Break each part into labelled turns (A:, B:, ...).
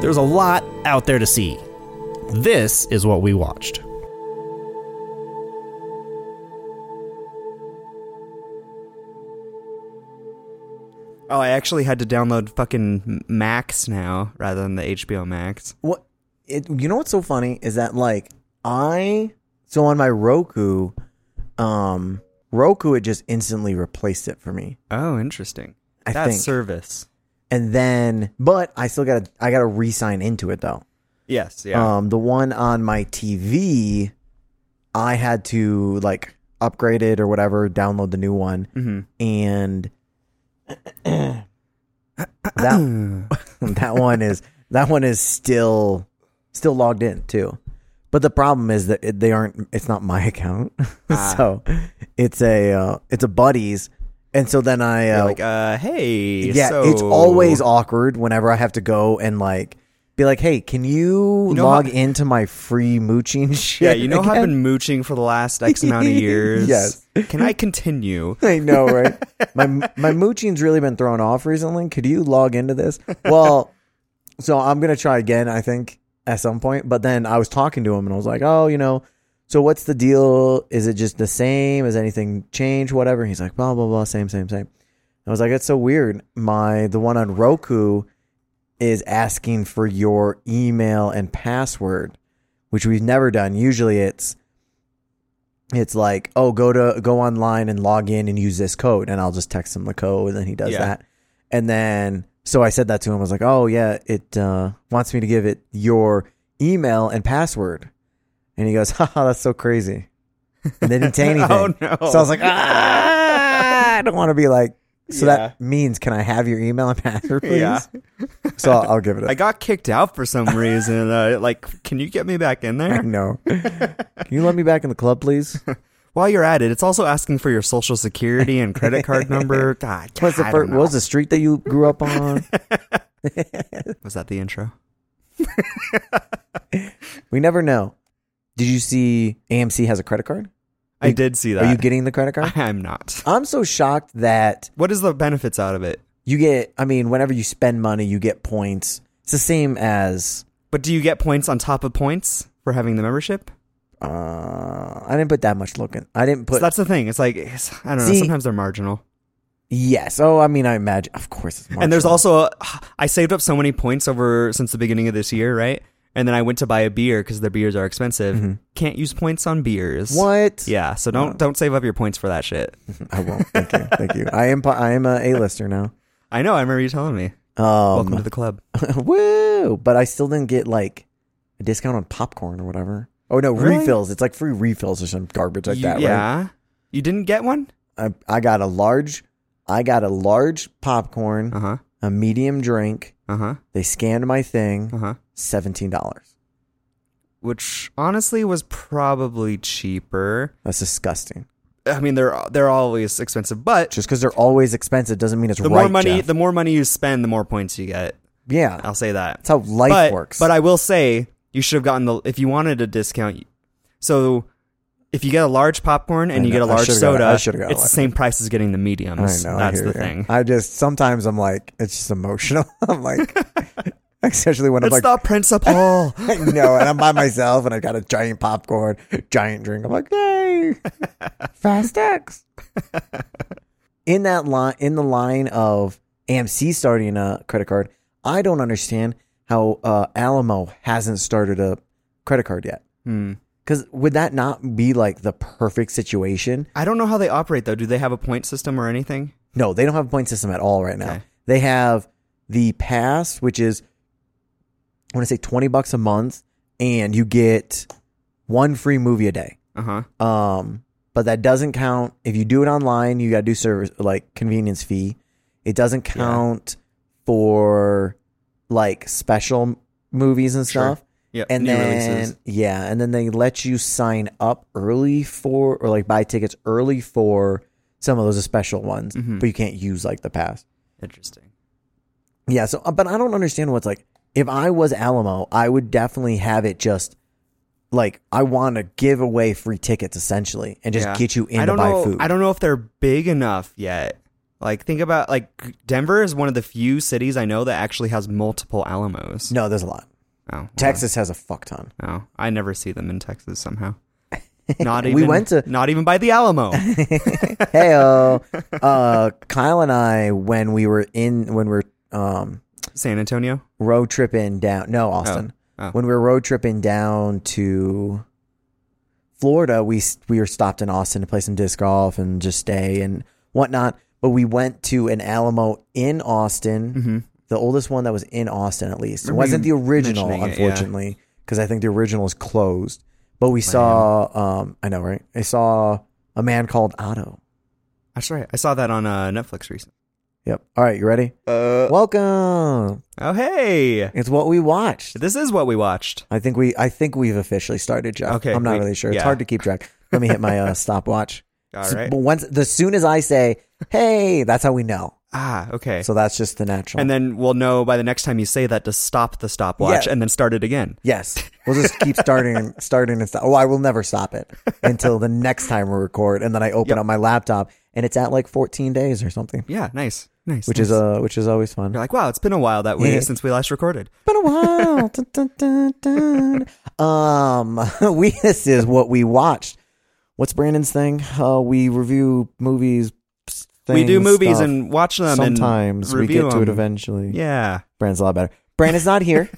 A: There's a lot out there to see. This is what we watched.
B: Oh, I actually had to download fucking Max now rather than the HBO Max.
C: What? It, you know what's so funny is that like I so on my Roku, um, Roku it just instantly replaced it for me.
B: Oh, interesting.
C: I
B: that
C: think.
B: service.
C: And then, but I still gotta I gotta re-sign into it though.
B: Yes, yeah.
C: Um, the one on my TV, I had to like upgrade it or whatever, download the new one,
B: Mm-hmm.
C: and that that one is that one is still still logged in too. But the problem is that it, they aren't. It's not my account,
B: Ah.
C: so it's a uh, it's a buddy's, and so then I
B: You're
C: uh,
B: like, uh, hey.
C: yeah,
B: so-
C: it's always awkward whenever I have to go and like be like, "Hey, can you,
B: know
C: log
B: how-
C: into my free mooching shit?"
B: Yeah, you know how I've
C: again?"
B: been mooching for the last X amount of years.
C: Yes.
B: Can I continue?
C: I know, right? my my mooching's really been thrown off recently. Could you log into this? Well, so I'm gonna try again. I think at some point, but then I was talking to him and I was like, "Oh, you know." So what's the deal? Is it just the same? Has anything changed? Whatever. And he's like, blah blah blah, same, same, same. I was like, that's so weird. My the one on Roku is asking for your email and password, which we've never done. Usually it's it's like, oh, go to go online and log in and use this code, and I'll just text him the code, and then he does
B: Yeah.
C: that. And then so I said that to him. I was like, oh yeah, it uh, wants me to give it your email and password, and he goes, haha, that's so crazy. And they didn't say anything.
B: Oh, no.
C: So I was like, ah, I don't want to be like. So
B: Yeah.
C: that means, can I have your email and password, please?
B: Yeah.
C: So I'll, I'll give it. A,
B: I
C: I
B: got kicked out for some reason. Uh, like, can you get me back in there?
C: know. Can you let me back in the club, please?
B: While you're at it, it's also asking for your social security and credit card number. God,
C: What's the
B: I
C: first,
B: don't know.
C: what was the street that you grew up on?
B: Was that the intro?
C: we never know. Did you see AMC has a credit card?
B: I did see that.
C: Are you getting the credit card?
B: I'm not.
C: I'm so shocked that
B: What is the benefits out of it?
C: you get. I mean, whenever you spend money, you get points. It's the same as.
B: But do you get points on top of points for having the membership?
C: Uh, I didn't put that much looking. I didn't
B: So
C: put.
B: that's the thing. It's like it's, I don't know.
C: See-
B: Sometimes they're marginal.
C: yes. Oh, I mean, I imagine. Of course, it's
B: And there's
C: marginal.
B: also a, I saved up so many points over since the beginning of this year, right? And then I went to buy a beer because their beers are expensive. Can't use points on beers.
C: what?
B: Yeah. So don't don't save up your points for that shit.
C: I won't. Thank you. Thank you. I am. po- I am a A lister now.
B: I know. I remember you telling me.
C: Um,
B: Welcome to the club.
C: Woo! But I still didn't get like a discount on popcorn or whatever. Oh no,
B: Really?
C: refills. It's like free refills or some garbage like
B: You-
C: that. Right?
B: yeah. You didn't get one.
C: I, I got a large, I got a large popcorn,
B: Uh huh.
C: a medium drink.
B: Uh huh.
C: They scanned my thing.
B: Uh huh.
C: Seventeen dollars.
B: Which honestly was probably cheaper.
C: That's disgusting.
B: I mean, they're they're always expensive, but
C: Just because they're always expensive doesn't mean it's
B: the
C: right.
B: more money
C: Jeff.
B: the more money you spend the more points you get
C: yeah,
B: i'll say that
C: that's how life
B: but,
C: works.
B: but i will say you should have gotten the if you wanted a discount you- so if you get a large popcorn and
C: I
B: you
C: know,
B: get a
C: I
B: large
C: should've got a-
B: soda
C: I should've got a
B: it's the
C: large.
B: same price as getting the mediums
C: I know. I
B: that's
C: hear
B: the
C: you.
B: thing
C: I just sometimes I'm like, it's just emotional. I'm like, especially when I'm
B: it's
C: like,
B: the principle
C: I know, and I'm by myself, and I got a giant popcorn, giant drink. I'm like, yay, fast X. in that line, in the line of AMC starting a credit card, I don't understand how uh, Alamo hasn't started a credit card yet.
B: Hmm.
C: Because would that not be like the perfect situation?
B: i don't know how they operate though do they have a point system or anything
C: No, they don't have a point system at all right now.
B: Okay.
C: They have the pass, which is I want to say twenty bucks a month, and you get one free movie a day.
B: uh-huh
C: Um, but that doesn't count if you do it online. You got to do service like convenience fee. It doesn't count for like special movies and
B: Sure.
C: stuff.
B: Yeah,
C: and
B: new
C: then
B: releases.
C: yeah, and then they let you sign up early for or like buy tickets early for some of those special ones,
B: Mhm.
C: but you can't use like the pass.
B: Interesting.
C: Yeah, so uh, but I don't understand what's like if I was Alamo, I would definitely have it just like I want to give away free tickets essentially and just
B: Yeah.
C: get you in
B: I
C: to
B: don't
C: buy
B: know.
C: food.
B: I don't know if they're big enough yet. Like think about like Denver is one of the few cities I know that actually has multiple Alamos.
C: no, there's a lot.
B: Oh, well,
C: Texas has a fuck ton.
B: No, I never see them in Texas somehow. Not even
C: We went to-
B: not even by the Alamo.
C: hey uh Kyle and I when we were in when we were um
B: San Antonio.
C: road tripping down no Austin.
B: Oh.
C: When we were road tripping down to Florida, we s- we were stopped in Austin to play some disc golf and just stay and whatnot. But we went to an Alamo in Austin, the oldest one that was in Austin at least. It
B: Mm-hmm. Remember
C: wasn't the
B: you
C: original,
B: mentioning it, yeah.
C: unfortunately, because I think the original is closed. But we saw, um, I know, right? I saw a man called Otto.
B: That's right. I saw that on uh, Netflix recently.
C: Yep. All right, you ready?
B: Uh,
C: Welcome.
B: oh hey,
C: It's what we watched.
B: this is what we watched.
C: I think we I think we've officially started, Jeff.
B: Okay,
C: I'm not
B: we-
C: really sure. It's
B: yeah.
C: hard to keep track. Let me hit my uh, stopwatch.
B: All
C: So-
B: right.
C: But once the soon as I say, "Hey," that's how we know.
B: Ah, okay.
C: So uh, that's just the natural.
B: and then we'll know by the next time you say that to stop the stopwatch
C: Yeah.
B: and then start it again.
C: yes, we'll just keep starting and starting and stop. Oh, I will never stop it until the next time we record, and then I open
B: Yep.
C: up my laptop and it's at like 14 days or something,
B: Yeah, nice, nice.
C: which is uh which is always fun.
B: You're like, wow, it's been a while that way
C: Yeah.
B: since we last recorded.
C: Been a while. Dun, dun, dun, dun. Um, we this is what we watched. What's Brandon's thing? Uh, we review movies.
B: we do
C: things,
B: movies
C: stuff.
B: and watch them.
C: sometimes
B: and
C: we
B: review
C: get to it
B: them.
C: eventually.
B: Yeah,
C: Brandon's a lot better. Brandon's not here.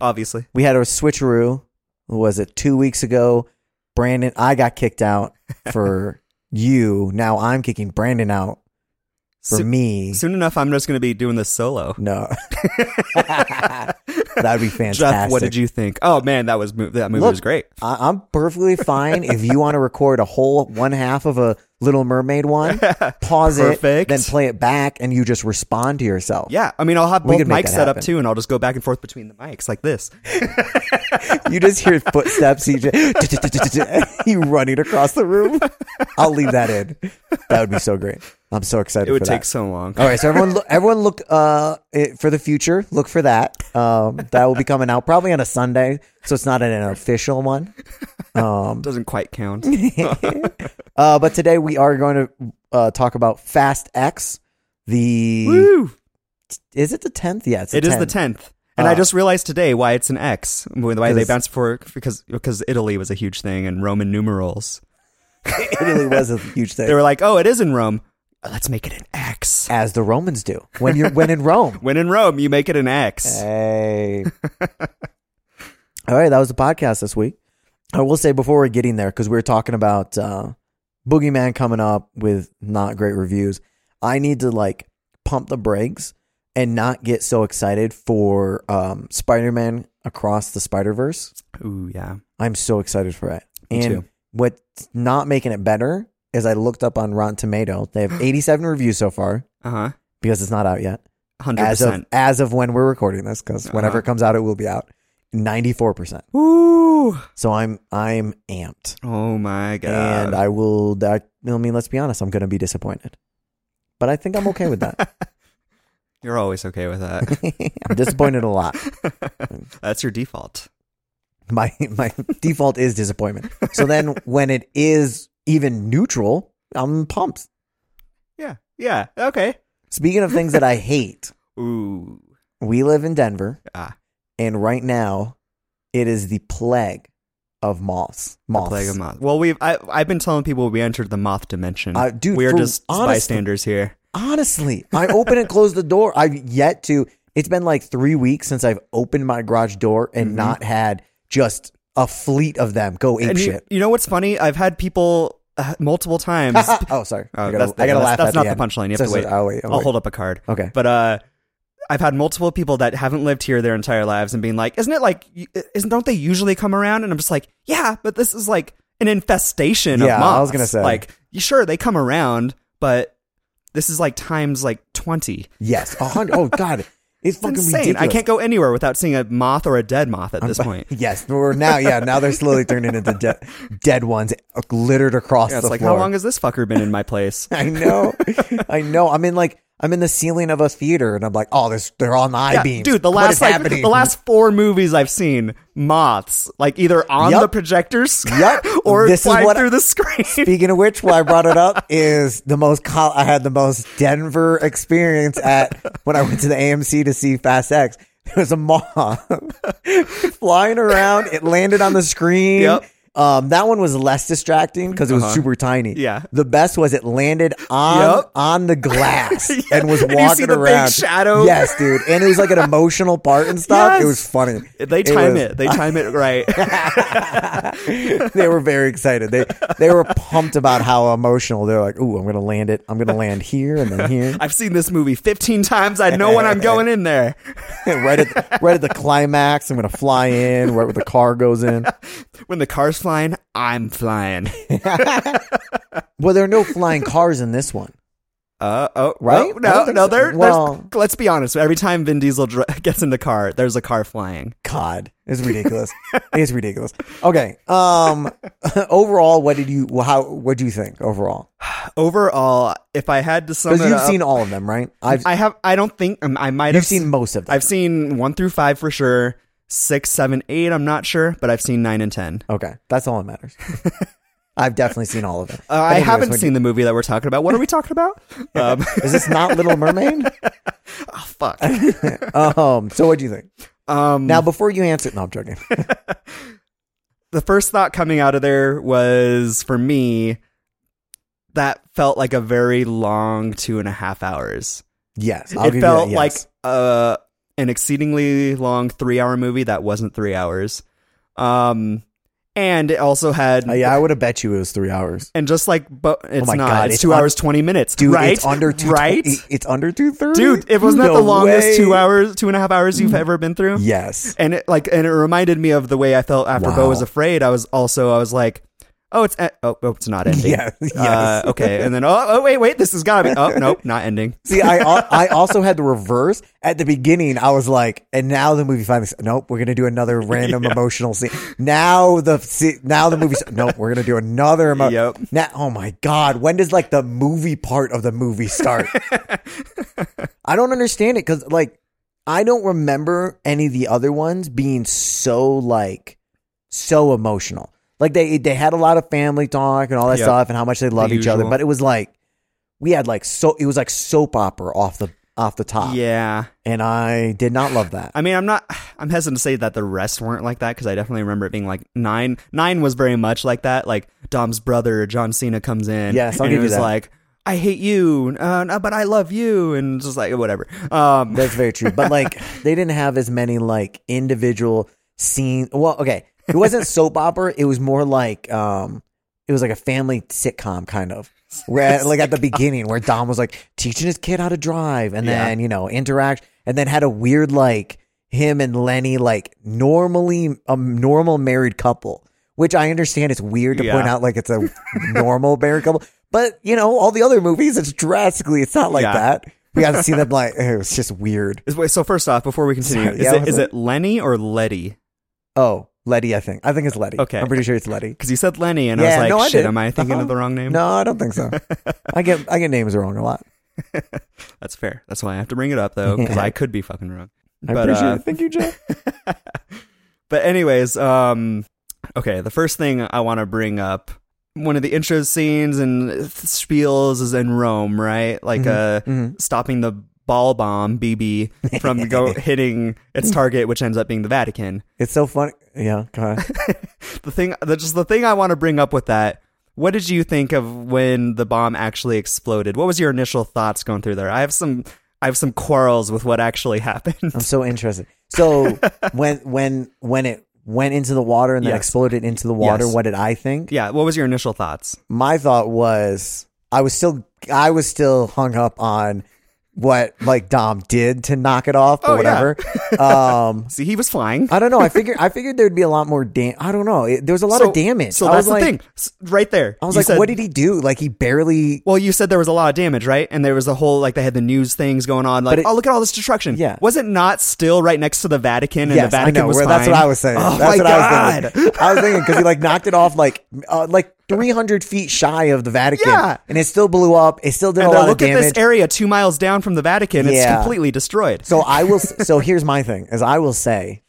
B: obviously.
C: we had a switcheroo. Was it two weeks ago? Brandon, I got kicked out for you. Now I'm kicking Brandon out for
B: So-
C: me.
B: Soon enough, I'm just going to be doing this solo.
C: no, that would be fantastic.
B: Jeff, what did you think? Oh man, that was mo- that movie
C: Look,
B: was great.
C: I- I'm perfectly fine if you want to record a whole one half of a Little Mermaid one, pause it,
B: Perfect.
C: then play it back, and you just respond to yourself.
B: Yeah, I mean, I'll have
C: We
B: both
C: could make
B: mics
C: that
B: set up
C: happen.
B: too, and I'll just go back and forth between the mics like this.
C: You just hear footsteps, you, just, you running across the room. I'll leave that in. That would be so great. I'm so excited.
B: It would
C: for
B: take
C: That.
B: so long.
C: All right, so everyone, look, everyone, look uh, it, for the future. Look for that. Um, that will be coming out probably on a Sunday, so it's not an official one. Um,
B: Doesn't quite count.
C: Uh, but today we are going to uh, talk about Fast X. The
B: Woo!
C: is it the tenth? Yeah, it's the
B: It
C: 10th.
B: is the tenth, and
C: Ah.
B: I just realized today why it's an X. Why they
C: Because-
B: bounced for because because Italy was a huge thing and Roman numerals.
C: Italy was a huge
B: They
C: thing,
B: were like, oh, it is in Rome. Let's make it an X.
C: as the Romans do when you're when in Rome.
B: When in Rome, you make it an X.
C: Eh. Hey. All right, that was the podcast this week. I will say before we're getting there, because we were talking about uh, Boogeyman coming up with not great reviews, I need to like pump the brakes and not get so excited for um, Spider Man Across the Spider Verse.
B: Ooh, yeah.
C: I'm so excited for it.
B: Me
C: and
B: too.
C: what's not making it better is I looked up on Rotten Tomato. They have 87 reviews so far
B: Uh huh.
C: because it's not out yet.
B: Hundred
C: As of
B: percent.
C: as of when we're recording this, because
B: Uh-huh.
C: whenever it comes out, it will be out. 94%.
B: Ooh.
C: So I'm I'm amped.
B: Oh my god.
C: And I will that I mean, let's be honest, I'm gonna be disappointed. But I think I'm okay with that.
B: You're always okay with that.
C: I'm disappointed a lot.
B: That's your default.
C: My my default is disappointment. So then when it is even neutral, I'm pumped.
B: Yeah. Yeah. Okay.
C: Speaking of things that I hate,
B: Ooh.
C: we live in Denver,
B: Ah.
C: and right now it is the plague of moths.
B: The
C: Moths.
B: plague of moth. Well, we've I, I've been telling people we entered the moth dimension.
C: Uh, dude,
B: we're
C: for-
B: just
C: honestly-
B: bystanders here.
C: Honestly, I open and close the door. I've yet to. It's been like three weeks since I've opened my garage door and
B: Mm-hmm.
C: not had just a fleet of them go ape
B: And you,
C: shit.
B: you know what's funny? I've had people uh, multiple times.
C: oh, sorry.
B: Oh,
C: I gotta,
B: that's the-
C: I gotta
B: that's-
C: laugh.
B: That's
C: at
B: not
C: the,
B: the,
C: end.
B: punchline. You have
C: So-
B: to
C: so-
B: wait.
C: I'll wait. oh, I'll
B: I'll
C: wait.
B: hold up a card.
C: Okay.
B: But uh, I've had multiple people that haven't lived here their entire lives and being like, "Isn't it like? y- Isn't don't they usually come around?" And I'm just like, "Yeah, but this is like an infestation
C: Yeah,
B: of
C: I
B: moths."
C: was gonna say.
B: like, you sure they come around, but This is like times like 20.
C: Yes, a hundred. oh god, it's fucking
B: Insane.
C: ridiculous.
B: I can't go anywhere without seeing a moth or a dead moth at this point.
C: Yes, we're now. Yeah, now they're slowly turning into de- dead ones littered across
B: Yeah,
C: the
B: it's like,
C: floor.
B: how long has this fucker been in my place?
C: I know, I know. I'm in like I'm in the ceiling of a theater, and I'm like, oh, there's they're on the I
B: Yeah,
C: beam,
B: dude, the
C: What
B: last
C: is
B: like,
C: happening?
B: the last four movies I've seen, moths like either on
C: Yup.
B: the projectors,
C: Yup.
B: or
C: This is
B: flying
C: what-
B: through the screen.
C: Speaking of which, why I brought it up is the most col- I had the most Denver experience at when I went to the AMC to see Fast X. There was a moth flying around. It landed on the screen.
B: Yep.
C: Um, that one was less distracting because it was
B: Uh-huh.
C: super tiny.
B: Yeah.
C: The best was it landed on
B: Yep.
C: on the glass
B: Yeah.
C: and was
B: And
C: walking
B: you see the big
C: around.
B: shadow.
C: Yes, dude. And it was like an emotional part and stuff.
B: Yes.
C: It was funny.
B: They time
C: was-
B: it. They time it right.
C: they were very excited. They they were pumped about how emotional. They're like, "Ooh, I'm gonna land it. I'm gonna land here and then here,
B: I've seen this movie 15 times. I know when I'm going in there.
C: right at right at the climax. I'm gonna fly in right where the car goes in."
B: When the car's flying, I'm flying.
C: Well, there are no flying cars in this one.
B: Uh oh,
C: Right?
B: oh,
C: I
B: no,
C: don't think
B: no.
C: so.
B: There,
C: Well-
B: there's, let's be honest. Every time Vin Diesel dr- gets in the car, there's a car flying.
C: God, it's ridiculous. it's ridiculous. Okay. Um. Overall, what did you? How? What do you think overall?
B: Overall, if I had to sum it
C: Because you've
B: up,
C: seen all of them, right? I've
B: I have. I don't think um, I might
C: you've
B: have
C: seen most of them.
B: I've seen one through five for sure. Six, seven, eight. I'm not sure, but I've seen nine and ten.
C: okay, that's all that matters. I've definitely seen all of them.
B: Uh, I haven't seen the movie that we're talking about. What are we talking about? Um,
C: Is this not Little Mermaid?
B: oh, fuck.
C: Um. So, what do you think?
B: Um,
C: Now, before you answer, no, I'm joking.
B: the first thought coming out of there was for me that felt like a very long two and a half hours.
C: yes, I'll give
B: it felt
C: you that,
B: like
C: yes.
B: uh, an exceedingly long three hour movie that wasn't three hours. Um, and it also had
C: Uh, yeah, I would have bet you it was three hours,
B: and just like but it's
C: my
B: not
C: God,
B: Oh it's,
C: it's
B: two
C: un-
B: hours 20 minutes
C: dude.
B: right
C: It's under two.
B: right
C: it- It's under two thirty,
B: dude it was not
C: No
B: the longest
C: way. Mm.
B: two hours two and a half hours you've ever been through
C: Yes,
B: and it like and it reminded me of the way i felt after bo
C: Wow.
B: was afraid i was also i was like oh it's e- oh, oh it's not ending
C: yes, yes.
B: Uh, okay and then oh, oh wait wait this has gotta be oh nope not ending
C: See, I al- I also had the reverse at the beginning. I was like, and now the movie finally. s- Nope, we're gonna do another random emotional scene. Now the se- now the movie. Nope, we're gonna do another. Emo-
B: Yep.
C: Now, oh my god, when does like the movie part of the movie start? I don't understand it because like I don't remember any of the other ones being so like so emotional. Like they they had a lot of family talk and all that
B: Yep.
C: stuff and how much they love each other,
B: usual.
C: but it was like we had like so it was like soap opera off the off the top,
B: yeah
C: and I did not love that.
B: i mean i'm not i'm hesitant to say that the rest weren't like that because i definitely remember it being like nine nine was very much like that like dom's brother john cena comes in
C: Yes, I'll
B: and
C: give
B: it
C: you
B: was
C: that.
B: like i hate you uh, no, but i love you and just like whatever um
C: That's very true, but like they didn't have as many like individual scenes. Well, okay, it wasn't soap opera; it was more like um, it was like a family sitcom kind of. Where like at the beginning, where Dom was like teaching his kid how to drive, and
B: Yeah.
C: then you know interact, and then had a weird like him and Lenny like normally a normal married couple, which I understand it's weird to
B: Yeah.
C: point out like it's a normal married couple, but you know all the other movies it's drastically it's not like
B: Yeah.
C: that. We got to see them like it was just weird.
B: Is- Wait, so first off, before we continue,
C: Sorry,
B: is,
C: yeah,
B: it,
C: what's
B: is
C: that?
B: it Lenny or Letty?
C: Oh, Letty, I think. I think it's Letty.
B: Okay.
C: I'm pretty sure it's Letty.
B: Because you said Lenny, and
C: Yeah,
B: I was like,
C: no, I
B: shit,
C: did.
B: am I thinking
C: Uh-huh.
B: of the wrong name?
C: No, I don't think so. I get I get names wrong a lot.
B: That's fair. That's why I have to bring it up, though, because
C: Yeah.
B: I could be fucking wrong.
C: I
B: But,
C: appreciate
B: uh,
C: it. Thank you, Joe.
B: But, anyways, um, okay, the first thing I want to bring up one of the intro scenes and spiels is in Rome, right? Like
C: Mm-hmm,
B: uh, stopping the ball bomb, BB, from go hitting its target, which ends up being the Vatican.
C: It's so funny. Yeah, go ahead.
B: the thing the, just the thing I want to bring up with that. What did you think of when the bomb actually exploded? What was your initial thoughts going through there? I have some I have some quarrels with what actually happened.
C: I'm so interested. So when when when it went into the water and then
B: Yes.
C: exploded into the water,
B: Yes.
C: what did I think?
B: yeah, what was your initial thoughts?
C: My thought was I was still I was still hung up on what like Dom did to knock it off, but
B: Oh, yeah.
C: whatever. um,
B: See, he was flying.
C: I don't know. I figured I figured there'd be a lot more damage. I don't know. It, there was a lot
B: so,
C: of damage.
B: So
C: I
B: that's
C: was like,
B: the thing, S- right there.
C: I was
B: You
C: like,
B: said-
C: what did he do? Like he barely.
B: Well, you said there was a lot of damage, right? And there was a whole like they had the news things going on, like
C: But it-
B: oh look at all this destruction.
C: Yeah.
B: was it not still right next to the Vatican? And
C: Yes,
B: the Vatican
C: I know.
B: was
C: where- that's
B: fine?
C: what I was saying.
B: Oh
C: that's
B: my
C: what I was
B: god!
C: thinking. I was thinking because he like knocked it off like uh, like 300 feet shy of the Vatican,
B: Yeah.
C: and it still blew up. It still did
B: And
C: a
B: then
C: lot of
B: look at
C: damage.
B: this area two miles down from the Vatican; it's
C: Yeah.
B: completely destroyed.
C: So I will. so here's my thing: is I will say,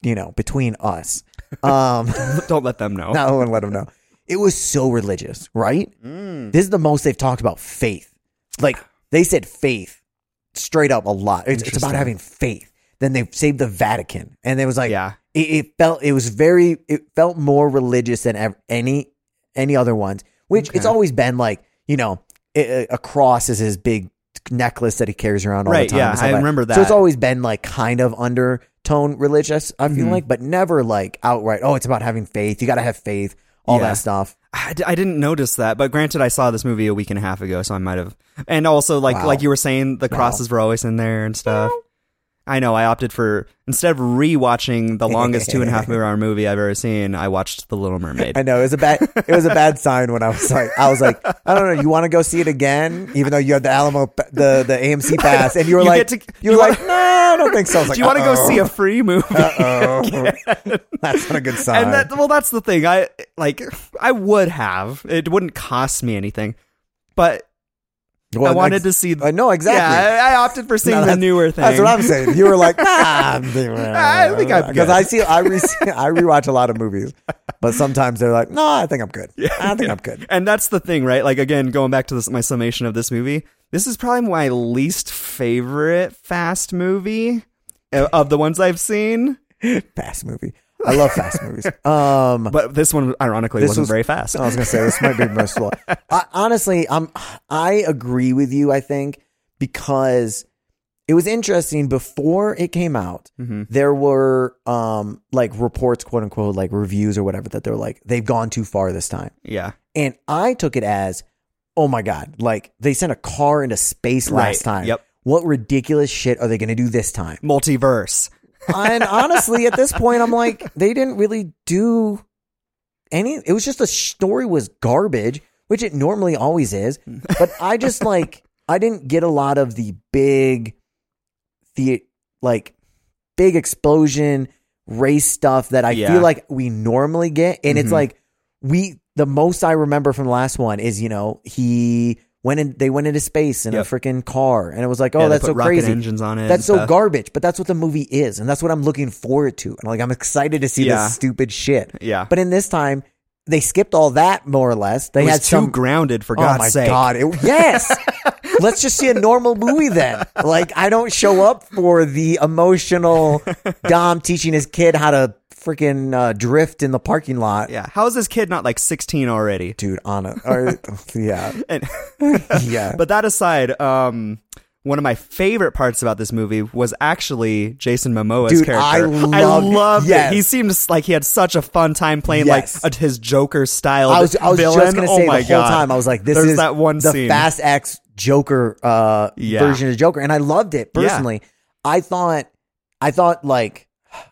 C: you know, between us, um,
B: Don't let them know.
C: no, I wouldn't let them know. It was so religious, right?
B: Mm.
C: This is the most they've talked about faith. Like they said faith straight up a lot. It's, it's about
B: Interesting.
C: having faith. Then they saved the Vatican, and it was like,
B: Yeah.
C: it, it felt it was very, it felt more religious than ev- any any other ones. Which it's always been like, you know, a a cross is his big necklace that he carries around all
B: Right,
C: the time.
B: yeah,
C: and stuff
B: I
C: like
B: remember
C: So it's
B: that.
C: always been like kind of undertone religious, I
B: Mm-hmm.
C: feel like, but never like outright, oh, it's about having faith. You got to have faith, all
B: Yeah.
C: that stuff.
B: I, d- I didn't notice that, but granted, I saw this movie a week and a half ago, so I might have. And also, like
C: Wow.
B: like you were saying, the crosses were always in there and stuff. I know. I opted for instead of rewatching the longest two and a half hour movie I've ever seen, I watched The Little Mermaid.
C: I know it was a bad it was a bad sign when I was like I was like I don't know you want to go see it again even though you had the Alamo pa- the the AMC pass and you were
B: You
C: like
B: get to-
C: you were
B: you wanna-
C: like no I don't think so I was like,
B: Do you want to go
C: "Uh-oh, Uh-uh.
B: see a free movie?
C: that's not a good sign
B: and that well that's the thing i like i would have it wouldn't cost me anything but
C: Well,
B: i wanted
C: ex-
B: to see
C: I know exactly
B: yeah I, I opted for seeing
C: No,
B: the
C: that's-
B: newer thing
C: That's what I'm saying. You were like, "Ah, nah,
B: I think I'm
C: because
B: good.
C: I see, I re- I rewatch a lot of movies, but sometimes they're like, no, I think I'm good. I think I'm good.
B: and that's the thing right like again going back to this my summation of this movie this is probably my least favorite fast movie uh, of the ones i've seen
C: Fast movie. I love fast movies. Um,
B: but this one ironically
C: This
B: wasn't
C: was-
B: very fast
C: I was gonna say this might be most slow. I, honestly, I'm I agree with you. I think because it was interesting before it came out.
B: Mm-hmm.
C: There were um like reports, quote unquote, like reviews or whatever that they're like they've gone too far this time.
B: yeah
C: And I took it as, oh my God, like they sent a car into space last
B: Right,
C: time.
B: yep.
C: What ridiculous shit are they going to do this time?
B: multiverse
C: and honestly, at this point, I'm like, they didn't really do any. It was just the story was garbage, which it normally always is. But I just like, I didn't get a lot of the big, the like, big explosion race stuff that I
B: Yeah. Mm-hmm.
C: feel like we normally get. And it's like, we, the most I remember from the last one is, you know, he went in, they went into space in
B: Yep.
C: a freaking car. And it was like, oh,
B: Yeah, they
C: that's
B: put
C: so
B: rocket
C: crazy.
B: engines on it and
C: That's so
B: stuff.
C: garbage, but that's what the movie is, and that's what I'm looking forward to. And like I'm excited to see
B: Yeah.
C: this stupid shit.
B: Yeah.
C: But in this time, they skipped all that more or less. They
B: it was
C: had
B: too
C: some
B: grounded for
C: oh
B: god's
C: my
B: sake
C: god! It, yes, let's just see a normal movie then. Like I don't show up for the emotional Dom teaching his kid how to freaking uh, drift in the parking lot,
B: yeah how is this kid not like 16 already
C: dude. On a or, yeah,
B: and
C: yeah.
B: But that aside, um, one of my favorite parts about this movie was actually Jason Momoa's
C: Dude,
B: character.
C: I loved-
B: loved
C: yes.
B: it. He seemed s- like he had such a fun time playing
C: Yes.
B: like a, his Joker style.
C: I was, I was
B: villain.
C: just gonna
B: oh
C: say the
B: my
C: whole
B: God.
C: time I was like, "This
B: There's
C: is
B: that one
C: the
B: scene.
C: Fast X Joker uh,
B: Yeah.
C: version of Joker," and I loved it
B: Yeah.
C: personally. I thought, I thought like,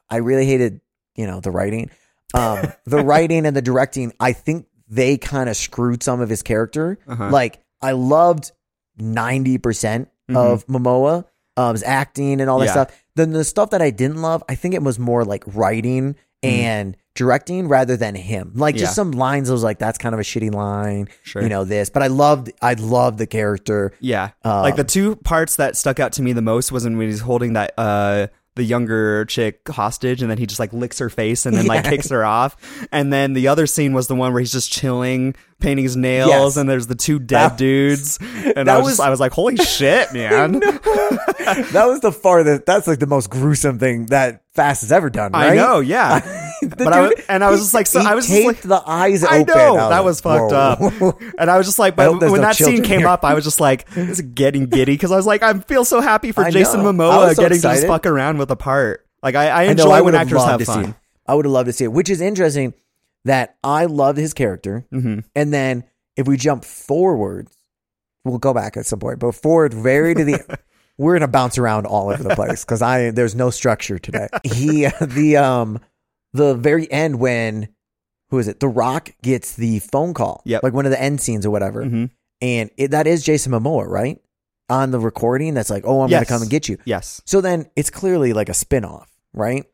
C: I really hated you know the writing, um, the writing and the directing. I think they kind of screwed some of his character.
B: Uh-huh.
C: Like I loved ninety percent of Momoa, um, his acting and all that
B: Mm-hmm. Yeah.
C: stuff. Then the stuff that I didn't love, I think it was more like writing and directing rather than him. Like
B: Hmm. Yeah.
C: just some lines, I was like, that's kind of a shitty line,
B: Sure.
C: you know this. But I loved, I loved the character.
B: yeah,
C: Um,
B: like the two parts that stuck out to me the most was when he's holding that uh the younger chick hostage, and then he just like licks her face and then like kicks her off, and then the other scene was the one where he's just chilling, painting his nails,
C: Yes.
B: and there's the two dead dudes, and
C: that
B: I was,
C: was-
B: just, I was like, holy shit, man.
C: That was the farthest. That's like the most gruesome thing that Fast has ever done.
B: I
C: right?
B: know, yeah.
C: The
B: But I
C: dude-
B: was- and I was
C: he-
B: just like- so
C: he
B: I was just
C: taped
B: like-
C: the eyes
B: I
C: open.
B: know
C: I
B: that
C: was
B: was
C: like,
B: fucked
C: whoa.
B: up, and I was just like,
C: I hope
B: but
C: there's
B: when
C: no
B: that scene
C: children
B: came
C: here.
B: up, I was just like, it's getting giddy because I was like, I feel so happy for
C: I
B: Jason
C: know. I
B: Momoa
C: was so
B: getting to
C: excited.
B: just fuck around with a part. Like I, I
C: I
B: enjoy
C: know I would
B: when
C: have
B: actors
C: loved
B: have
C: to see.
B: fun.
C: it. I would have loved to see it, which is interesting that I loved his character.
B: Mm-hmm.
C: And then if we jump forward, we'll go back at some point, but forward very to the we're gonna bounce around all over the place because I there's no structure today. He the um the very end when who is it? The Rock gets the phone call.
B: Yep.
C: like one of the end scenes or whatever,
B: Mhm.
C: and it, that is Jason Momoa, right? On the recording, that's like, oh, I'm
B: Yes.
C: gonna come and get you.
B: Yes.
C: So then it's clearly like a spin off, right?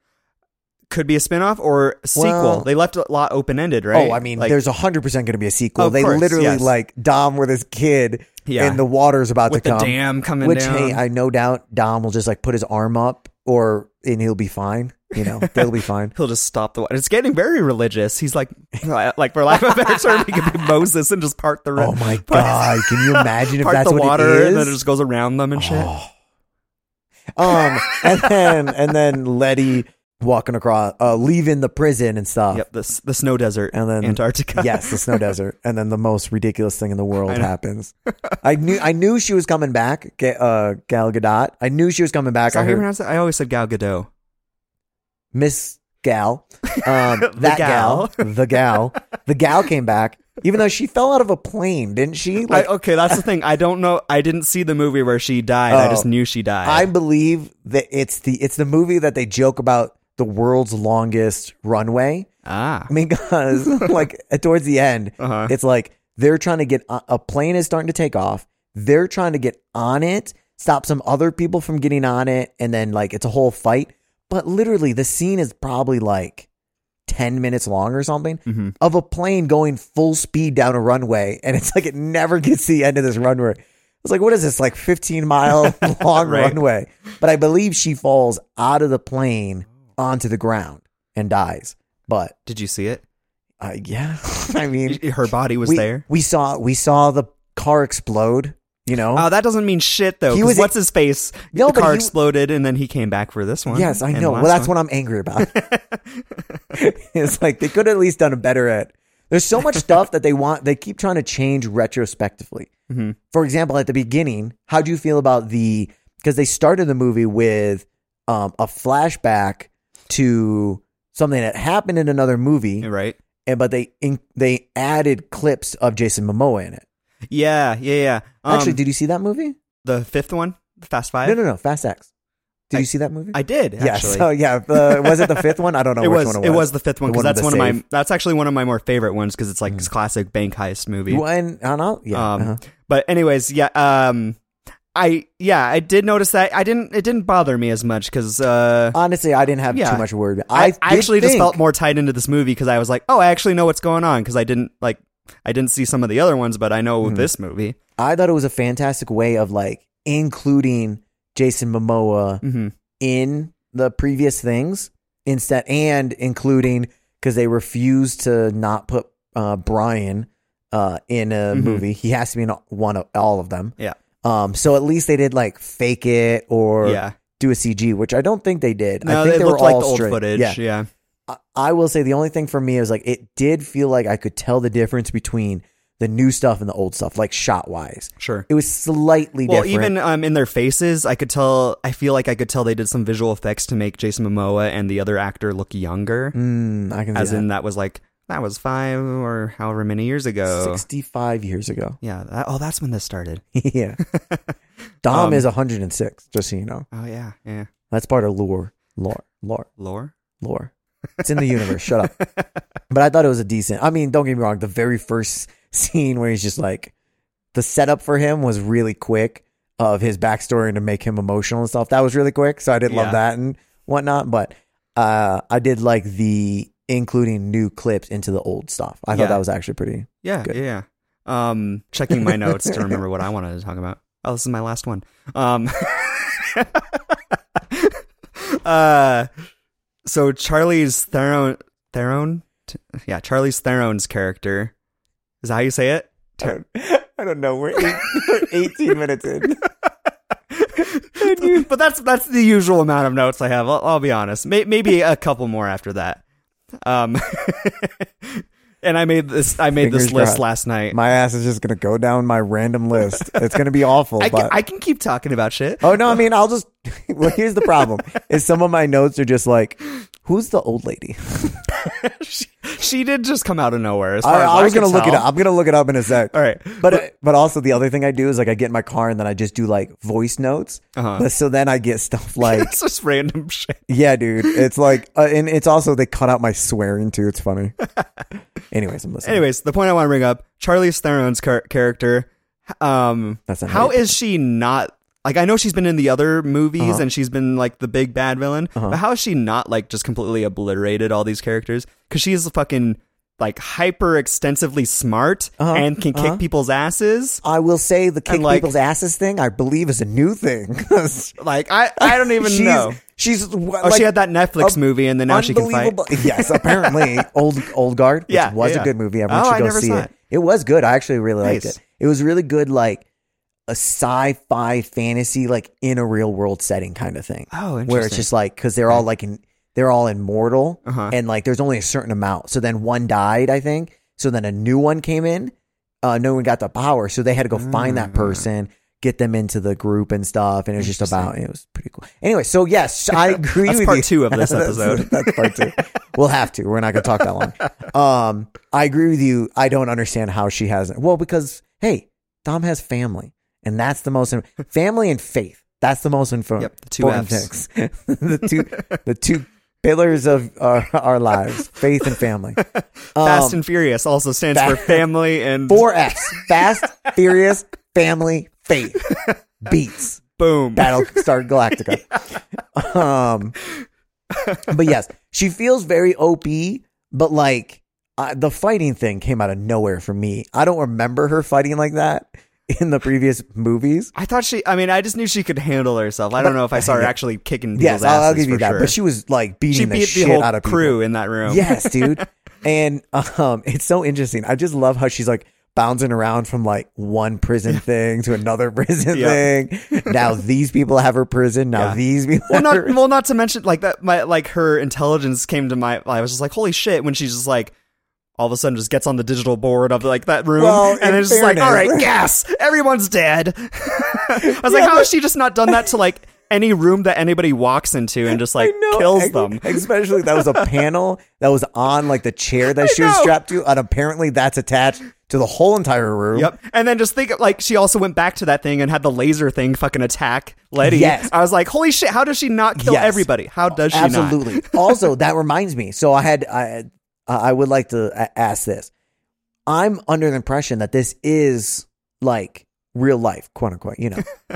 B: Could be a spin-off or a sequel.
C: Well-
B: they left a lot open-ended, right?
C: Oh, I mean,
B: Like,
C: there's there's 100% going to be a sequel.
B: Of
C: They
B: course,
C: literally
B: yes.
C: like Dom with his kid
B: Yeah.
C: and the water's about
B: with
C: to
B: the
C: come.
B: dam coming
C: which,
B: down.
C: hey, I no doubt Dom will just like put his arm up or, and he'll be fine. You know, they'll be fine.
B: He'll just stop the water. It's getting very religious. He's like, like for lack of a better term, he could be Moses and just part the
C: Oh my
B: part-
C: God. Can you imagine if
B: part
C: that's
B: the
C: what
B: water
C: it
B: and then it
C: is?
B: just goes around them and shit.
C: Um, and then, and then Letty walking across, uh, leaving the prison and stuff.
B: Yep, the s- the snow desert
C: And then-
B: Antarctica.
C: Yes, the snow desert, and then the most ridiculous thing in the world
B: I know.
C: happens. I knew, I knew she was coming back, Ga- uh, Gal Gadot. I knew she was coming back.
B: Is that
C: I
B: how you
C: heard
B: pronounce it? I always said Gal Gadot.
C: Miss Gal, um,
B: The
C: that
B: gal.
C: gal. the gal, the gal came back, even though she fell out of a plane, didn't she? Like,
B: I, okay, that's the thing. I don't know. I didn't see the movie where she died. I
C: Oh.
B: just knew she died.
C: I believe that it's the it's the movie that they joke about the world's longest runway
B: ah,
C: because like towards the end,
B: Uh-huh.
C: it's like they're trying to get a a plane is starting to take off. They're trying to get on it, stop some other people from getting on it, and then like it's a whole fight. But literally, the scene is probably like ten minutes long or something
B: Mm-hmm.
C: of a plane going full speed down a runway, and it's like it never gets to the end of this runway. It's like what is this like fifteen mile long
B: Right.
C: runway? But I believe she falls out of the plane onto the ground and dies. But
B: did you see it?
C: uh, yeah, I mean,
B: Her body was
C: we,
B: there.
C: We saw we saw the car explode. You know.
B: Oh, that doesn't mean shit though.
C: He
B: 'cause
C: was-
B: what's his face?
C: No,
B: the
C: but
B: car
C: he-
B: exploded, and then he came back for this one.
C: yes, I
B: and
C: know.
B: the
C: Well,
B: last
C: that's
B: one.
C: what I'm angry about. it's like they could at least done a better at. There's so much stuff that they want. They keep trying to change retrospectively.
B: Mm-hmm.
C: For example, at the beginning, how do you feel about the? Because they started the movie with um, a flashback to something that happened in another movie,
B: right.
C: and but they in, they added clips of Jason Momoa in it.
B: Yeah, yeah, yeah. Um,
C: Actually, did you see that movie?
B: the fifth one, the Fast Five.
C: No, no, no. Fast X. Did
B: I-
C: you see that movie?
B: I did. Actually.
C: yeah. So yeah, the, was it the fifth one? I don't know
B: it
C: which
B: was,
C: one it was.
B: it was the fifth one
C: The
B: because
C: one with
B: that's
C: the
B: one of my
C: safe.
B: that's actually one of my more favorite ones because it's like this classic bank heist movie.
C: One, I don't know. Yeah.
B: Um,
C: uh-huh.
B: But anyways, yeah, um, I yeah, I did notice that. I didn't. It didn't bother me as much because uh,
C: Honestly, I didn't have
B: yeah.
C: too much word.
B: I,
C: Oh, I,
B: I
C: did
B: actually just
C: think-
B: felt more tied into this movie because I was like, oh, I actually know what's going on because I didn't like I didn't see some of the other ones, but I know
C: Mm-hmm.
B: this movie.
C: I thought it was a fantastic way of like including Jason Momoa
B: Mhm.
C: in the previous things instead, and including because they refused to not put uh, Brian uh, in a
B: Mhm.
C: movie. He has to be in one of all of them.
B: Yeah.
C: Um. So at least they did like fake it or
B: yeah,
C: do a CG, which I don't think they did.
B: no,
C: I think
B: it
C: they
B: looked
C: were
B: like
C: all
B: the old
C: straight.
B: footage.
C: Yeah.
B: Yeah,
C: I, I will say the only thing for me is like it did feel like I could tell the difference between the new stuff and the old stuff, like shot wise.
B: sure.
C: It was slightly
B: Well,
C: different.
B: even um, in their faces, I could tell. I feel like I could tell they did some visual effects to make Jason Momoa and the other actor look younger.
C: Mm, I can
B: as
C: see
B: in that was like that was five or however many years
C: that.
B: ago.
C: sixty-five years ago.
B: Yeah. That, oh, that's when this started.
C: yeah, Dom
B: Um,
C: is hundred and six. Just so you know,
B: Oh yeah, yeah.
C: that's part of lore, lore, lore,
B: Lore.
C: lore. It's in the universe. Shut up. But I thought it was a decent. I mean, don't get me wrong. The very first scene where he's just like, the setup for him was really quick of his backstory and to make him emotional and stuff. That was really quick, so I did
B: Yeah.
C: love that and whatnot. But uh, I did like the including new clips into the old stuff. I
B: Yeah.
C: thought that was actually pretty.
B: Yeah,
C: Good.
B: yeah. yeah. Um, checking my notes to remember what I wanted to talk about. Oh, this is my last one. Um, uh, so Charlie's Theron, Theron, T- yeah, Charlie's Theron's character. Is that how you say it? Ter-
C: I don't know. We're, eight, we're eighteen minutes in.
B: but that's that's the usual amount of notes I have. I'll, I'll be honest. May, maybe a couple more after that. Um, and I made this. I made this
C: Fingers
B: list
C: crossed.
B: last night.
C: My ass is just gonna go down my random list. It's gonna be awful.
B: I can,
C: but
B: I can keep talking about shit.
C: Oh no, I mean I'll just well here's the problem. Is some of my notes are just like who's the old lady?
B: she, she did just come out of nowhere. As far
C: I,
B: as
C: I was
B: could
C: gonna look it
B: tell.
C: up. I'm gonna look it up in a sec.
B: All right.
C: but but, also the other thing I do is like I get in my car and then I just do like voice notes.
B: Uh-huh.
C: But so then I get stuff like
B: It's just random shit.
C: yeah, dude. It's like uh, and it's also they cut out my swearing too. It's funny. Anyways, I'm listening.
B: Anyways, the point I want to bring up: Charlize Theron's car- character. Um,
C: That's not
B: how
C: right.
B: is she not like? I know she's been in the other movies
C: Uh-huh.
B: and she's been like the big bad villain, but how is she not like just completely obliterated all these characters? Because she is fucking like hyper extensively smart
C: Uh-huh.
B: and can kick people's asses.
C: I will say the kick
B: like-
C: people's asses thing I believe is a new thing.
B: Like I, I don't even
C: she's,
B: know.
C: She's wh-
B: Oh,
C: like,
B: she had that Netflix
C: a-
B: movie, and then now she can fight.
C: unbelievable- Yes, apparently old old guard. Which
B: Yeah,
C: was
B: yeah.
C: a good movie. Everyone
B: Oh,
C: should
B: I
C: go
B: never
C: see
B: saw
C: it.
B: it.
C: it. was good. I actually really liked
B: Nice.
C: it. It was really good, like a sci-fi fantasy, like in a real world setting kind of thing.
B: Oh,
C: where it's
B: interesting.
C: just like because they're all like in, they're all immortal,
B: Uh-huh.
C: and like there's only a certain amount. So then one died, I think. So then a new one came in. Uh, no one got the power, so they had to go find
B: Mm.
C: that person. Get them into the group and stuff, and it was just about it was pretty cool. Anyway, so yes, I agree
B: That's
C: with
B: part
C: you.
B: two of this episode.
C: That's part two. We'll have to. We're not going to talk that long. Um, I agree with you. I don't understand how she hasn't. Well, because hey, Dom has family, and that's the most family and faith. That's the most info-
B: Yep, the two
C: important
B: Fs.
C: things. the two, the two pillars of our, our lives: faith and family.
B: Fast
C: Um,
B: and Furious also stands for family and
C: Four Fs: fast, furious, family, faith. Beats.
B: boom.
C: Battlestar Galactica. Um, but yes, she feels very OP, but like uh, the fighting thing came out of nowhere for me. I don't remember her fighting like that in the previous movies.
B: I thought she. I mean, I just knew she could handle herself. I don't know if I saw her actually kicking people's
C: Yes, I'll, I'll
B: asses
C: give you
B: for
C: that.
B: sure.
C: But she was like beating
B: she
C: the
B: beat the
C: shit
B: whole
C: out of people.
B: crew in that room.
C: Yes, dude. and um, it's so interesting. I just love how she's like bouncing around from like one prison thing to another prison
B: Yeah.
C: thing. Now these people have her prison. Now
B: Yeah.
C: these people.
B: Well,
C: have
B: not
C: her-
B: well, not to mention like that. My like her intelligence came to my. I was just like, holy shit! When she's just like. All of a sudden, just gets on the digital board of like that room,
C: Well,
B: and
C: in
B: it's just like, "All
C: fairness-
B: right, gas, everyone's dead." I was like, "How has she just not done that to like any room that anybody walks into and just like
C: I know.
B: kills
C: Ex-
B: them?"
C: Especially that was a panel that was on like the chair that she was
B: know.
C: strapped to, and apparently that's attached to the whole entire room.
B: Yep. And then just think of, like she also went back to that thing and had the laser thing fucking attack Letty.
C: Yes.
B: I was like, holy shit, how does she not kill
C: Yes.
B: everybody? How does she not?
C: Absolutely. also, that reminds me. So I had I I would like to a- ask this. I'm under the impression that this is like real life, quote unquote. You know,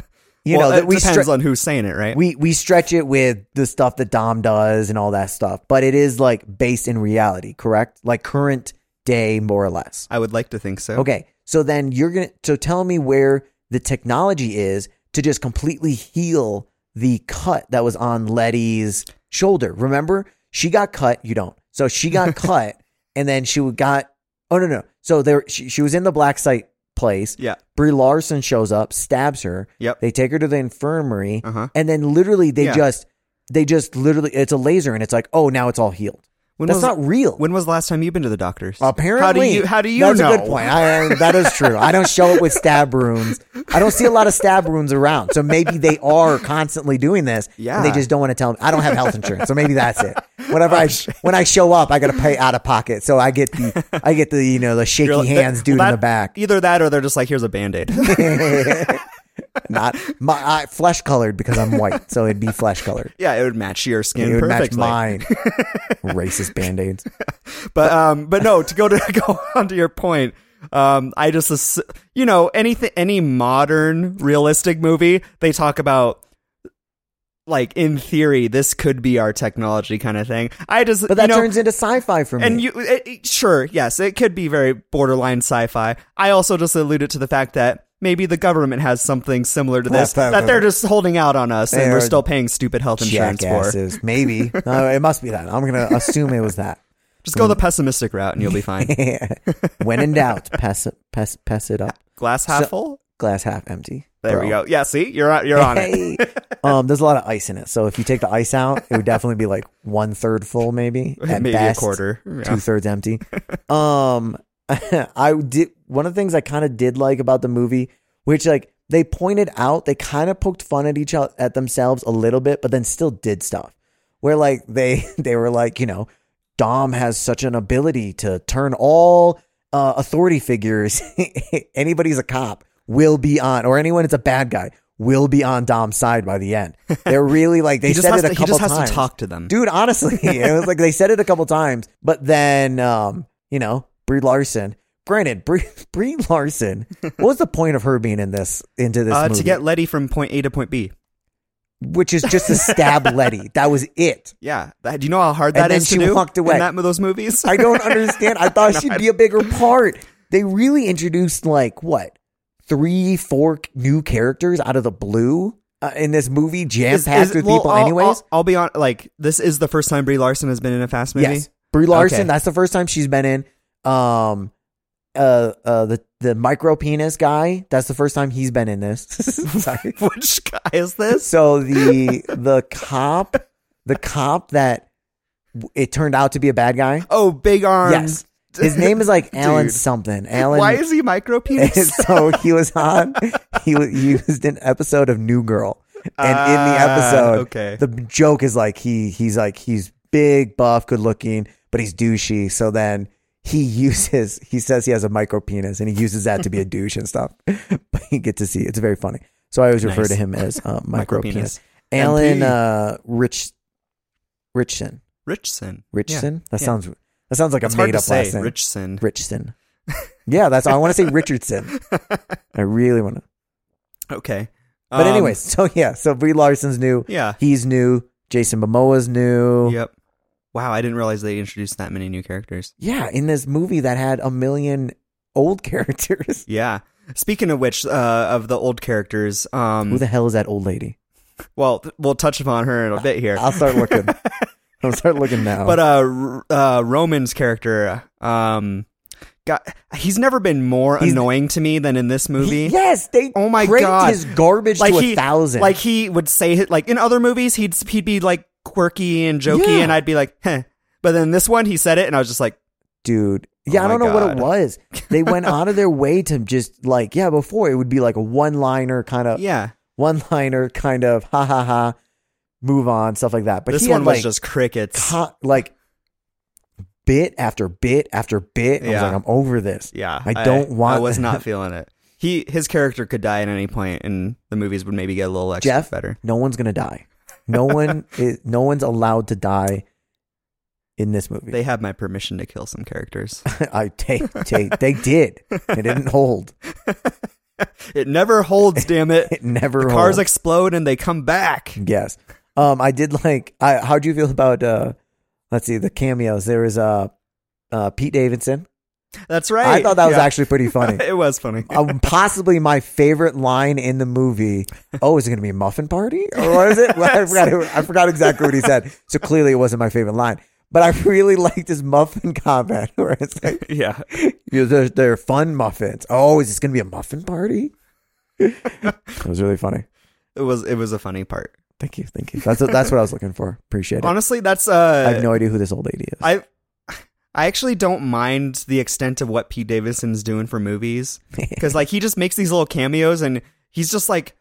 C: you
B: well,
C: know
B: it
C: that we
B: depends
C: stre-
B: on who's saying it, right?
C: we we stretch it with the stuff that Dom does and all that stuff, but it is like based in reality, correct? Like current day, more or less.
B: I would like to think so.
C: Okay. So then you're going to, so tell me where the technology is to just completely heal the cut that was on Letty's shoulder. Remember, she got cut. You don't. So she got cut and then she got, oh, no, no. So there, she, she was in the black site place.
B: Yeah.
C: Brie Larson shows up, stabs her.
B: Yep.
C: They take her to the infirmary.
B: Uh-huh.
C: And then literally they
B: Yeah.
C: just, they just literally, it's a laser and it's like, oh, now it's all healed.
B: When
C: That's
B: was,
C: not real.
B: When was the last time you've been to the doctor's?
C: Apparently,
B: How do you how do you
C: That's
B: know?
C: a good point. I, that is true. I don't show up with stab wounds. I don't see a lot of stab wounds around, so maybe they are constantly doing this.
B: Yeah. Oh,
C: and they just don't want to tell me. I don't have health insurance, so maybe that's it. Whenever I when I show up, I got to pay out of pocket, so I get the I get the you know the shaky
B: You're like, that-
C: hands dude
B: well,
C: in the
B: that-
C: back.
B: Either that or they're just like, here's a band aid.
C: Not my I, flesh colored because I'm white, so it'd be flesh colored.
B: yeah, it would match your
C: It
B: skin
C: would match
B: perfectly.
C: mine. Racist band aids.
B: but um but no to go to go on to your point um i just ass- you know anything any modern realistic movie they talk about like in theory this could be our technology kind of thing i just
C: But that
B: you know,
C: turns into sci-fi for me.
B: and you it, it- sure yes it could be very borderline sci-fi i also just alluded to the fact that maybe the government has something similar to this
C: That's
B: that,
C: that-
B: they're just holding out on us and
C: They
B: we're
C: are
B: still paying stupid health insurance for
C: jackasses. Maybe no, it must be that. I'm gonna assume it was that.
B: just go the pessimistic route and you'll be fine
C: when in doubt, pass it, pass, pass it up.
B: glass half
C: So-
B: full
C: Glass half empty.
B: there we
C: bro.
B: go yeah see you're on you're on it
C: Hey. um, there's a lot of ice in it, so if you take the ice out, it would definitely be like one third full, maybe at
B: maybe
C: best,
B: a quarter.
C: two thirds empty. Um, I did one of the things I kind of did like about the movie, which like they pointed out, they kind of poked fun at each other at themselves a little bit, but then still did stuff where like they they were like you know Dom has such an ability to turn all uh, authority figures, anybody's a cop, will be on, or anyone that's a bad guy will be on Dom's side by the end. They're really like they
B: he just
C: said
B: has
C: it
B: to,
C: a
B: he
C: couple
B: just has
C: times.
B: to talk to them.
C: Dude, honestly, it was like they said it a couple times, but then um, you know, Brie Larson. Granted, Brie, Brie Larson. What was the point of her being in this into this
B: uh,
C: movie?
B: to get Letty from point A to point B.
C: Which is just to stab Letty. That was it.
B: Yeah. That- do you know how hard
C: And
B: that
C: then
B: is
C: she
B: to do
C: walked away.
B: in that, those movies?
C: I don't understand. I thought
B: No,
C: she'd
B: I-
C: be a bigger part. They really introduced like what three, four new characters out of the blue uh, in this movie, jam
B: Is-
C: packed
B: is-
C: with
B: well,
C: people.
B: I'll-
C: anyways,
B: I'll, I'll be on. Like this is the first time Brie Larson has been in a Fast movie.
C: Yes. Brie Larson,
B: Okay.
C: that's the first time she's been in. Um uh uh the the micro penis guy, that's the first time he's been in this. Sorry.
B: Which guy is this?
C: So the the cop the cop that it turned out to be a bad guy.
B: Oh, big arms.
C: Yes. His name is like Alan
B: Dude.
C: something. Alan
B: Why is he micro penis?
C: so he was on he was used an episode of New Girl. And in the episode
B: Ah, okay.
C: the joke is like he he's like he's big, buff, good looking, but he's douchey. So then he uses he says he has a micro penis and he uses that to be a douche and stuff. But you get to see it's very funny. So I always refer
B: Nice.
C: to him as uh, micro penis.
B: Micropenis.
C: Alan
B: MP.
C: uh, Rich Richson
B: Richson.
C: Richson. That
B: yeah.
C: sounds that sounds like
B: It's
C: a
B: hard
C: made
B: to
C: up
B: say.
C: last name.
B: Richson.
C: Richson. Yeah, that's I want to say Richardson. I really want to.
B: Okay.
C: But
B: Um,
C: anyways, so yeah, so Brie Larson's new.
B: Yeah.
C: He's new. Jason Momoa's new.
B: Yep. Wow, I didn't realize they introduced that many new characters.
C: Yeah, in this movie that had a million old characters.
B: Yeah. Speaking of which, uh, of the old characters, um,
C: Who the hell is that old lady?
B: well, th- we'll touch upon her in a bit here.
C: I'll start looking. I'll start looking now.
B: But uh, R- uh, Roman's character, um, got, he's never been more
C: He's-
B: annoying to me than in this
C: He-
B: movie.
C: yes, they
B: Oh my
C: cranked
B: God.
C: his garbage to a thousand.
B: Like he would say, hi- like in other movies, he'd he'd be like quirky and jokey,
C: Yeah.
B: and I'd be like, huh. But then this one, he said it, and I was just like,
C: dude. Yeah,
B: Oh
C: I don't
B: my
C: know what
B: God.
C: it was. They went out of their way to just like yeah. Before it would be like a one liner kind of
B: yeah.
C: one liner kind of ha ha ha, move on stuff like that. But
B: this
C: he had,
B: one was
C: like,
B: just crickets.
C: co- like bit after bit after bit. and I was
B: Yeah.
C: like, I'm over this.
B: Yeah,
C: I don't want-
B: I was not feeling it. He his character could die at any point, and the movies would maybe get a little extra
C: Jeff,
B: better.
C: no one's gonna die. No one is. No one's allowed to die in this movie.
B: They have my permission to kill some characters.
C: I they, they, they did. It didn't hold.
B: it never holds, damn it.
C: It never.
B: The
C: holds.
B: cars explode and they come back.
C: yes. Um, I did like. I how'd you feel about? Uh, let's see the cameos. There was uh, uh, Pete Davidson.
B: That's right.
C: I thought that was
B: Yeah.
C: actually pretty funny.
B: it was funny.
C: um, possibly my favorite line in the movie. Oh, is it going to be a muffin party or what is it? Well, I forgot. I forgot exactly what he said. So clearly, it wasn't my favorite line. But I really liked his muffin comment where it's like,
B: yeah,
C: you know, they're, they're fun muffins. Oh, is this going to be a muffin party? it was really funny.
B: it was it was a funny part.
C: Thank you. Thank you. That's, that's what I was looking for. Appreciate it.
B: Honestly, that's
C: I have
B: uh,
C: no idea who this old lady is.
B: I I actually don't mind the extent of what Pete Davidson's doing for movies because like he just makes these little cameos and he's just like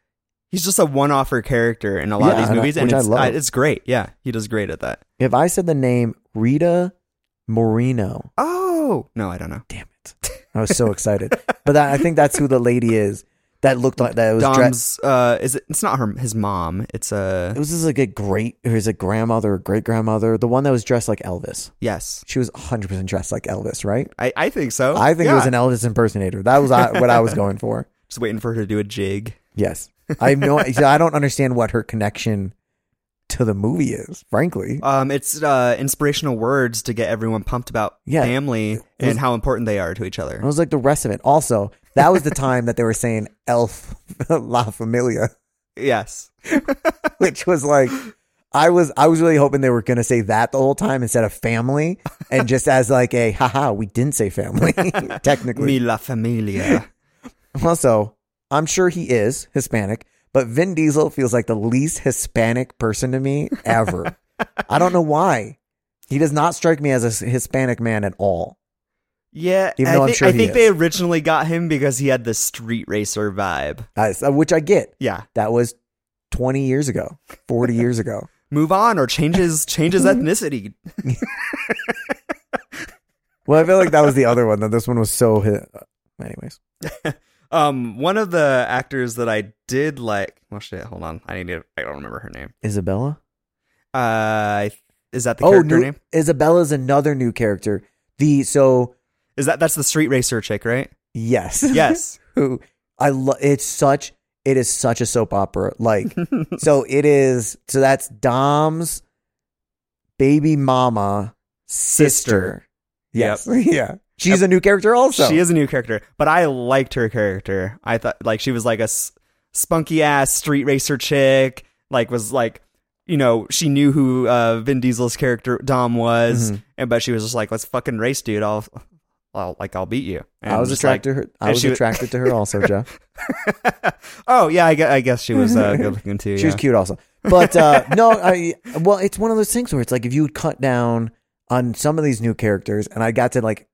B: he's just a one-offer character in a lot
C: Yeah,
B: of these
C: and I-
B: movies and
C: which I
B: it's
C: love.
B: it's great. Yeah, he does great at that.
C: if I said the name Rita Moreno,
B: Oh no, I don't know.
C: damn it. I was so excited. But that, I think that's who the lady is that looked like that was
B: Dom's
C: dressed.
B: uh, is it? It's not her his mom. It's uh, a
C: It was just like a great, it was a grandmother, or great grandmother, the one that was dressed like Elvis.
B: yes.
C: She was 100% dressed like Elvis, right?
B: I, I think so.
C: I think it was
B: Yeah.
C: an Elvis impersonator. That was I, what I was going for.
B: just waiting for her to do a jig.
C: Yes. I have no I don't understand what her connection to the movie is, frankly.
B: Um, it's uh, inspirational words to get everyone pumped about
C: Yeah.
B: family
C: was-
B: and how important they are to each
C: I
B: other.
C: was like the rest of it. Also, that was the time that they were saying elf la familia,
B: Yes.
C: which was like I was I was really hoping they were gonna say that the whole time instead of family and just as like a haha, we didn't say family technically.
B: Mi la familia.
C: Also, I'm sure he is Hispanic, but Vin Diesel feels like the least Hispanic person to me ever. I don't know why. He does not strike me as a Hispanic man at all.
B: Yeah,
C: Even
B: I
C: though I'm
B: think,
C: sure
B: I
C: he
B: think
C: is.
B: they originally got him because he had the street racer vibe.
C: I- so- which I get.
B: Yeah,
C: That was 20 years ago, 40 years ago.
B: move on or changes changes ethnicity.
C: Well, I feel like that was the other one. That this one was so hit. Anyways,
B: Um, one of the actors that I did like. Well, shit. Hold on. I need to. I don't remember her name.
C: Isabella.
B: Uh, is that the
C: oh,
B: character
C: new,
B: name?
C: Isabella's another new character. The so
B: Is that that's the street racer chick, right?
C: yes,
B: Yes.
C: who I love. It's such. It is such a soap opera. Like so, it is. So that's Dom's baby mama sister.
B: Sister.
C: Yes, yeah. She's a new character also.
B: she is a new character, but I liked her character. I thought like she was like a s- spunky ass street racer chick. Like was like, you know, she knew who uh, Vin Diesel's character Dom was,
C: Mm-hmm.
B: and but she was just like, let's fucking race, dude. I'll, I'll like I'll beat you. And
C: I was
B: just like,
C: attracted to her. I
B: and
C: was
B: she was-
C: attracted to her also, Jeff.
B: oh yeah, I guess, I guess she was uh, good looking too.
C: She was
B: yeah.
C: cute also. But uh, no, I well, it's one of those things where it's like if you would cut down on some of these new characters, and I got to like,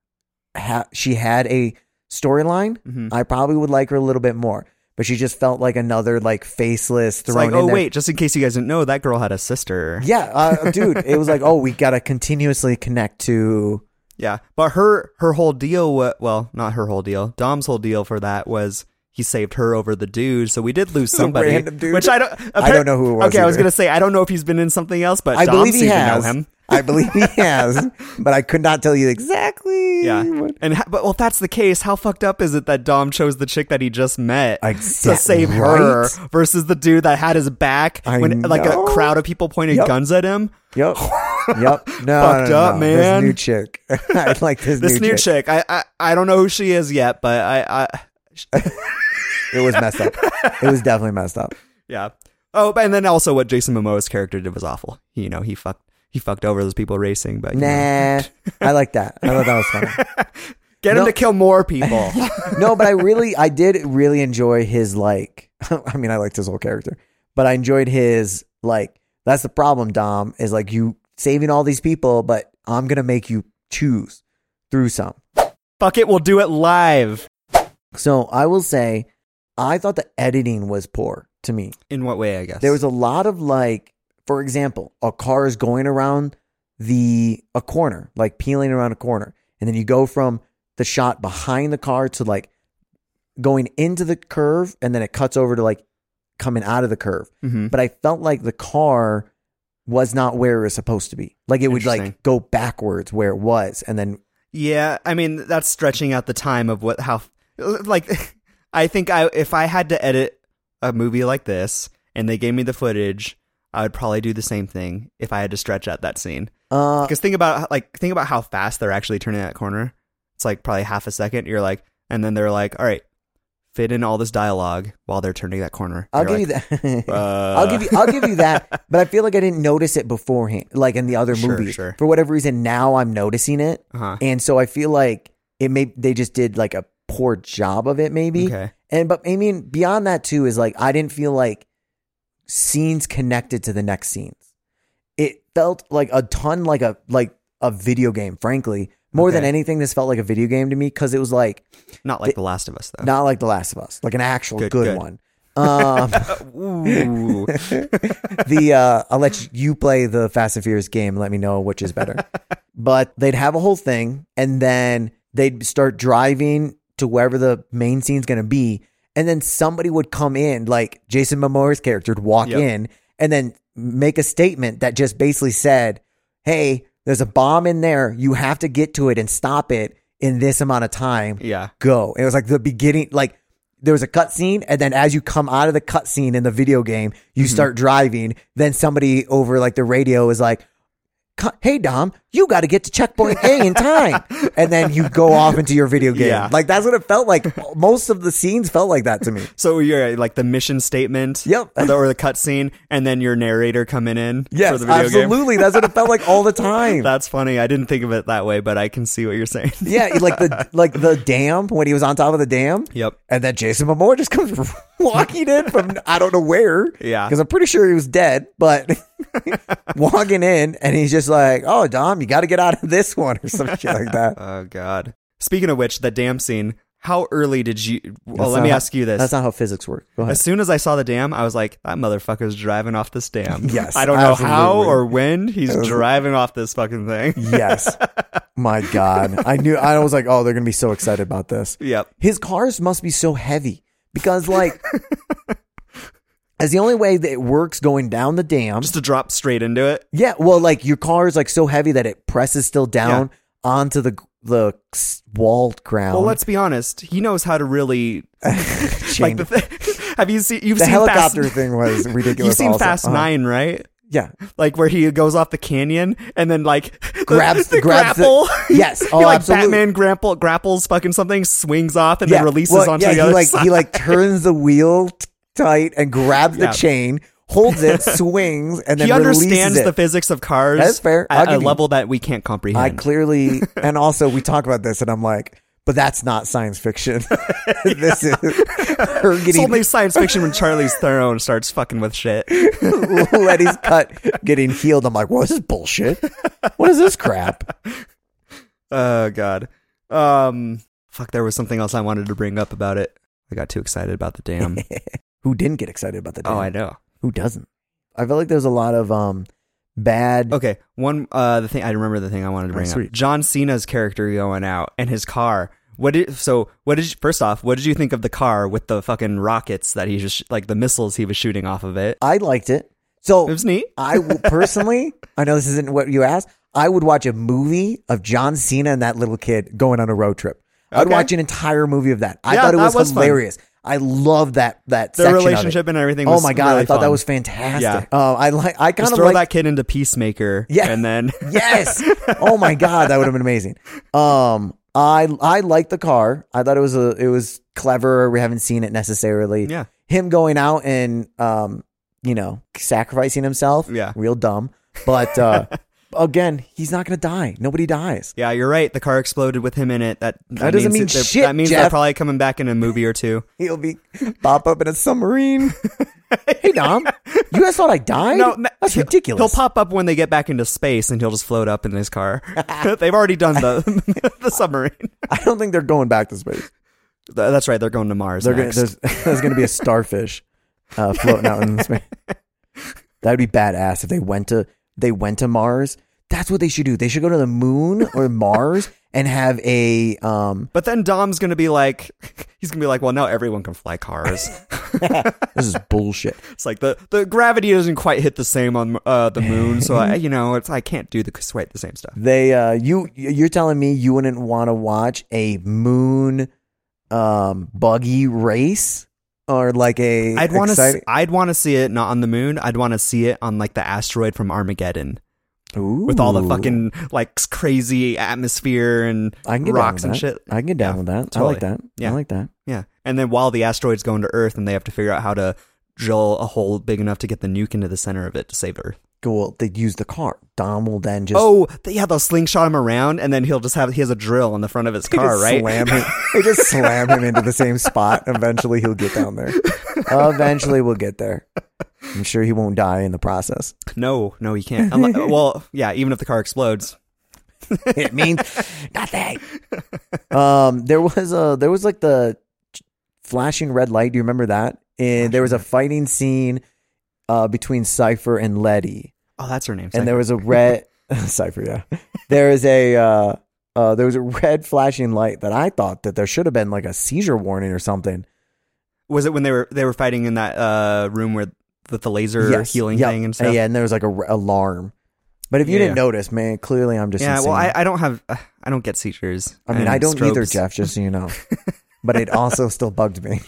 C: ha- she had a storyline.
B: Mhm.
C: I probably would like her a little bit more, but she just felt like another like faceless
B: It's
C: thrown
B: like,
C: in
B: oh
C: there.
B: wait, just in case you guys didn't know, that girl had a sister.
C: Yeah, uh, dude, it was like, oh, we gotta continuously connect to.
B: Yeah, but her her whole deal, wa- well, not her whole deal. Dom's whole deal for that was he saved her over the dude, so we did lose somebody,
C: random dude.
B: which I don't.
C: I don't know who it was
B: Okay, I was
C: either.
B: gonna say I don't know if he's been in something else, but
C: I
B: Dom
C: believe he
B: seemed to know
C: has.
B: him.
C: I believe he has, but I could not tell you exactly.
B: Yeah,
C: what-
B: and ha- but well, if that's the case, how fucked up is it that Dom chose the chick that he just met to
C: Exact-
B: save her
C: right?
B: versus the dude that had his back
C: I
B: when like a
C: know.
B: crowd of people pointed
C: Yep.
B: guns at him?
C: Yep. Yep. No, no,
B: Fucked
C: no,
B: up,
C: no.
B: man.
C: This new chick. I like this,
B: This new,
C: new, chick.
B: chick, I, I I don't know who she is yet, but I I
C: It was messed up. it was definitely messed up.
B: Yeah. Oh, and then also what Jason Momoa's character did was awful. He, you know, he fucked he fucked over those people racing, but you know.
C: Nah, I like that. I thought that was funny.
B: get him
C: No.
B: to kill more people.
C: No, but I really, I did really enjoy his like. I mean, I liked his whole character, but I enjoyed his like. That's the problem, Dom. Is like you saving all these people, but I'm gonna make you choose through some.
B: Fuck it, we'll do it live.
C: So I will say, I thought the editing was poor to me.
B: In what way, I guess.
C: There was a lot of like, for example, a car is going around the a corner, like peeling around a corner, and then you go from the shot behind the car to like going into the curve, and then it cuts over to like coming out of the curve.
B: Mhm.
C: But I felt like the car was not where it was supposed to be. Like it would
B: Interesting.
C: like go backwards where it was, and then
B: Yeah, I mean, that's stretching out the time of what how like I think I if I had to edit a movie like this and they gave me the footage, I would probably do the same thing if I had to stretch out that scene.
C: uh,
B: Because think about like think about how fast they're actually turning that corner. It's like probably half a second. You're like, and then they're like, all right, fit in all this dialogue while they're turning that corner.
C: I'll
B: You're
C: give you that.
B: like, uh,
C: I'll give you I'll give you that, but I feel like I didn't notice it beforehand, like in the other
B: Sure,
C: movies.
B: sure.
C: For whatever reason, now I'm noticing it,
B: Uh-huh.
C: and so I feel like it may they just did like a poor job of it, maybe.
B: Okay.
C: And but I mean, beyond that too is like I didn't feel like scenes connected to the next scenes. It felt like a ton like a like a video game, frankly. More than
B: Okay.
C: anything, this felt like a video game to me because it was like
B: Not like The Last of Us though.
C: not like The Last of Us, like an actual
B: Good,
C: good,
B: good.
C: one. Um,
B: Ooh.
C: the uh, I'll let you play the Fast and Furious game. and Let me know which is better. but they'd have a whole thing, and then they'd start driving to wherever the main scene's going to be, and then somebody would come in, like Jason Momoa's character, would walk
B: Yep.
C: in and then make a statement that just basically said, "Hey, there's a bomb in there. You have to get to it and stop it in this amount of time."
B: yeah.
C: go. It was like the beginning, like there was a cutscene, and then as you come out of the cutscene in the video game, you
B: Mm-hmm.
C: start driving. Then somebody over like the radio is like, "Co- "Hey Dom, you got to get to checkpoint A in time," and then you go off into your video game.
B: Yeah.
C: Like that's what it felt like. Most of the scenes felt like that to me.
B: So you're like the mission statement.
C: Yep.
B: Or the, or the cutscene, and then your narrator coming in for
C: Yes,
B: the video game.
C: absolutely. That's what it felt like all the time.
B: That's funny. I didn't think of it that way, but I can see what you're saying.
C: yeah, like the like the dam when he was on top of the dam.
B: Yep.
C: And then Jason Momoa just comes walking in from I don't know where.
B: Yeah.
C: Because I'm pretty sure he was dead, but walking in and he's just like, oh, Dom, you got to get out of this one or some shit like that.
B: Oh God. Speaking of which, the damn scene. How early did you? Well,
C: That's
B: let
C: not
B: me
C: how-
B: ask you this.
C: uh, That's not how physics work. Go ahead.
B: As soon as I saw the dam, I was like, that motherfucker's driving off this dam.
C: Yes,
B: I don't know how
C: absolutely.
B: or when he's driving off this fucking thing.
C: yes. My God. I knew, I was like, oh, they're going to be so excited about this.
B: Yep.
C: His cars must be so heavy because, like, as the only way that it works going down the dam.
B: Just to drop straight into it.
C: yeah. Well, like, your car is like so heavy that it presses still down onto the, the s- walled ground.
B: Well, let's be honest. He kno's how to really like
C: Chain-
B: the. Th- have you seen? You've
C: the
B: seen
C: helicopter
B: Fast,
C: thing was ridiculous.
B: You've seen
C: also.
B: Fast
C: Uh-huh.
B: Nine, right?
C: Yeah.
B: Like where he goes off the canyon and then like the-
C: Grabs-
B: the
C: grabs the-
B: grapple.
C: yes. Oh,
B: he like
C: absolutely.
B: Batman grapple grapples fucking something, swings off and then releases
C: Well,
B: onto
C: yeah,
B: the other
C: he like
B: side.
C: he like turns the wheel t- tight and grabs
B: Yeah.
C: the chain, holds it, swings, and then
B: he understands
C: releases it.
B: the physics of cars.
C: That's fair. I'll
B: At a
C: give you-
B: level that we can't
C: I
B: comprehend.
C: clearly, and also we talk about this, and I'm like, but that's not science fiction. this is her
B: it's
C: getting
B: only science fiction when Charlie's Theron starts fucking with shit.
C: Letty's cut getting healed. I'm like, well, this is bullshit. What is this crap?
B: Oh god. Um. Fuck. There was something else I wanted to bring up about it. I got too excited about the dam.
C: Who didn't get excited about the dam?
B: oh, I know.
C: Who doesn't? I feel like there's a lot of um bad.
B: Okay, one uh the thing I remember the thing I wanted to
C: Oh,
B: bring up.
C: sweet.
B: John Cena's character going out and his car. What did so what did you, first off, what did you think of the car with the fucking rockets that he just like the missiles he was shooting off of it?
C: I liked it.
B: It
C: So
B: was neat.
C: I w- personally, I know this isn't what you asked. I would watch a movie of John Cena and that little kid going on a road trip. I'd
B: Okay.
C: watch an entire movie of that. I
B: Yeah,
C: thought it
B: that
C: was,
B: was fun.
C: hilarious. I love that that
B: The
C: section of it.
B: relationship and everything
C: Oh
B: was
C: my god,
B: really
C: I thought that
B: fun.
C: was fantastic. Oh, I like. I kind
B: Just
C: of
B: throw
C: like.
B: that kid into Peacemaker.
C: Yeah.
B: And then
C: yes. Oh my god, that would have been amazing. Um, I I liked the car. I thought it was a it was clever. We haven't seen it necessarily.
B: Yeah.
C: him going out and um, you know, sacrificing himself.
B: Yeah.
C: real dumb. But uh, again, he's not gonna die. Nobody dies.
B: Yeah, you're right. The car exploded with him in it. That that,
C: doesn't
B: means
C: mean
B: that they're-
C: shit,
B: That means they're
C: Jeff.
B: probably coming back in a movie or two.
C: He'll be pop up in a submarine. hey Dom, you guys thought I died?
B: No, no,
C: that's
B: he'll-
C: ridiculous.
B: He'll pop up when they get back into space, and he'll just float up in his car. They've already done the the submarine.
C: I don't think they're going back to space.
B: Th- That's right. They're going to Mars.
C: They're gonna,
B: next.
C: there's, there's going to be a starfish uh, floating out in space. That would be badass if they went to they went to Mars. That's what they should do. They should go to the moon or Mars and have a um.
B: But then Dom's gonna be like, he's gonna be like, well, now everyone can fly cars.
C: This is bullshit.
B: it's like the the gravity doesn't quite hit the same on uh, the moon, so I, you know, it's I can't do the quite the same stuff.
C: They uh you you're telling me you wouldn't want to watch a moon um buggy race or like a
B: I'd want to,
C: Mm, exciting-
B: I'd want to see it not on the moon. I'd want to see it on like the asteroid from Armageddon. with all the
C: Ooh.
B: fucking like crazy atmosphere and
C: I can get down
B: rocks
C: with
B: and
C: that.
B: shit.
C: I can get down
B: Yeah,
C: with that. I
B: totally.
C: like that.
B: Yeah.
C: I like that.
B: Yeah. And then while the asteroid's going to Earth and they have to figure out how to drill a hole big enough to get the nuke into the center of it to save Earth.
C: Cool. They use the car. Dom will then just
B: Oh, th- yeah, they'll slingshot him around and then he'll just have he has a drill on the front of his
C: They
B: car,
C: just
B: right?
C: Slam him, they just slam him into the same spot. Eventually, he'll get down there. Eventually, we'll get there. I'm sure he won't die in the process.
B: No, no, he can't. Unless, well, yeah, even if the car explodes.
C: It means nothing. Um, there was a there was like the flashing red light. Do you remember that? And there was a fighting scene uh, between Cipher and Letty.
B: Oh, that's her name.
C: and there was a red cipher yeah there is a uh, uh there was a red flashing light that i thought that there should have been like a seizure warning or something
B: was it when they were they were fighting in that uh, room where with the laser
C: Yes.
B: healing
C: Yep.
B: thing and
C: Uh,
B: stuff?
C: yeah and there was like a re- alarm but if you
B: Yeah,
C: didn't
B: yeah.
C: notice man clearly i'm just
B: Yeah, well, I,
C: insane.
B: I don't have I don't get seizures.
C: I mean
B: and
C: i don't either
B: strobes.
C: jeff just so you know but it also still bugged me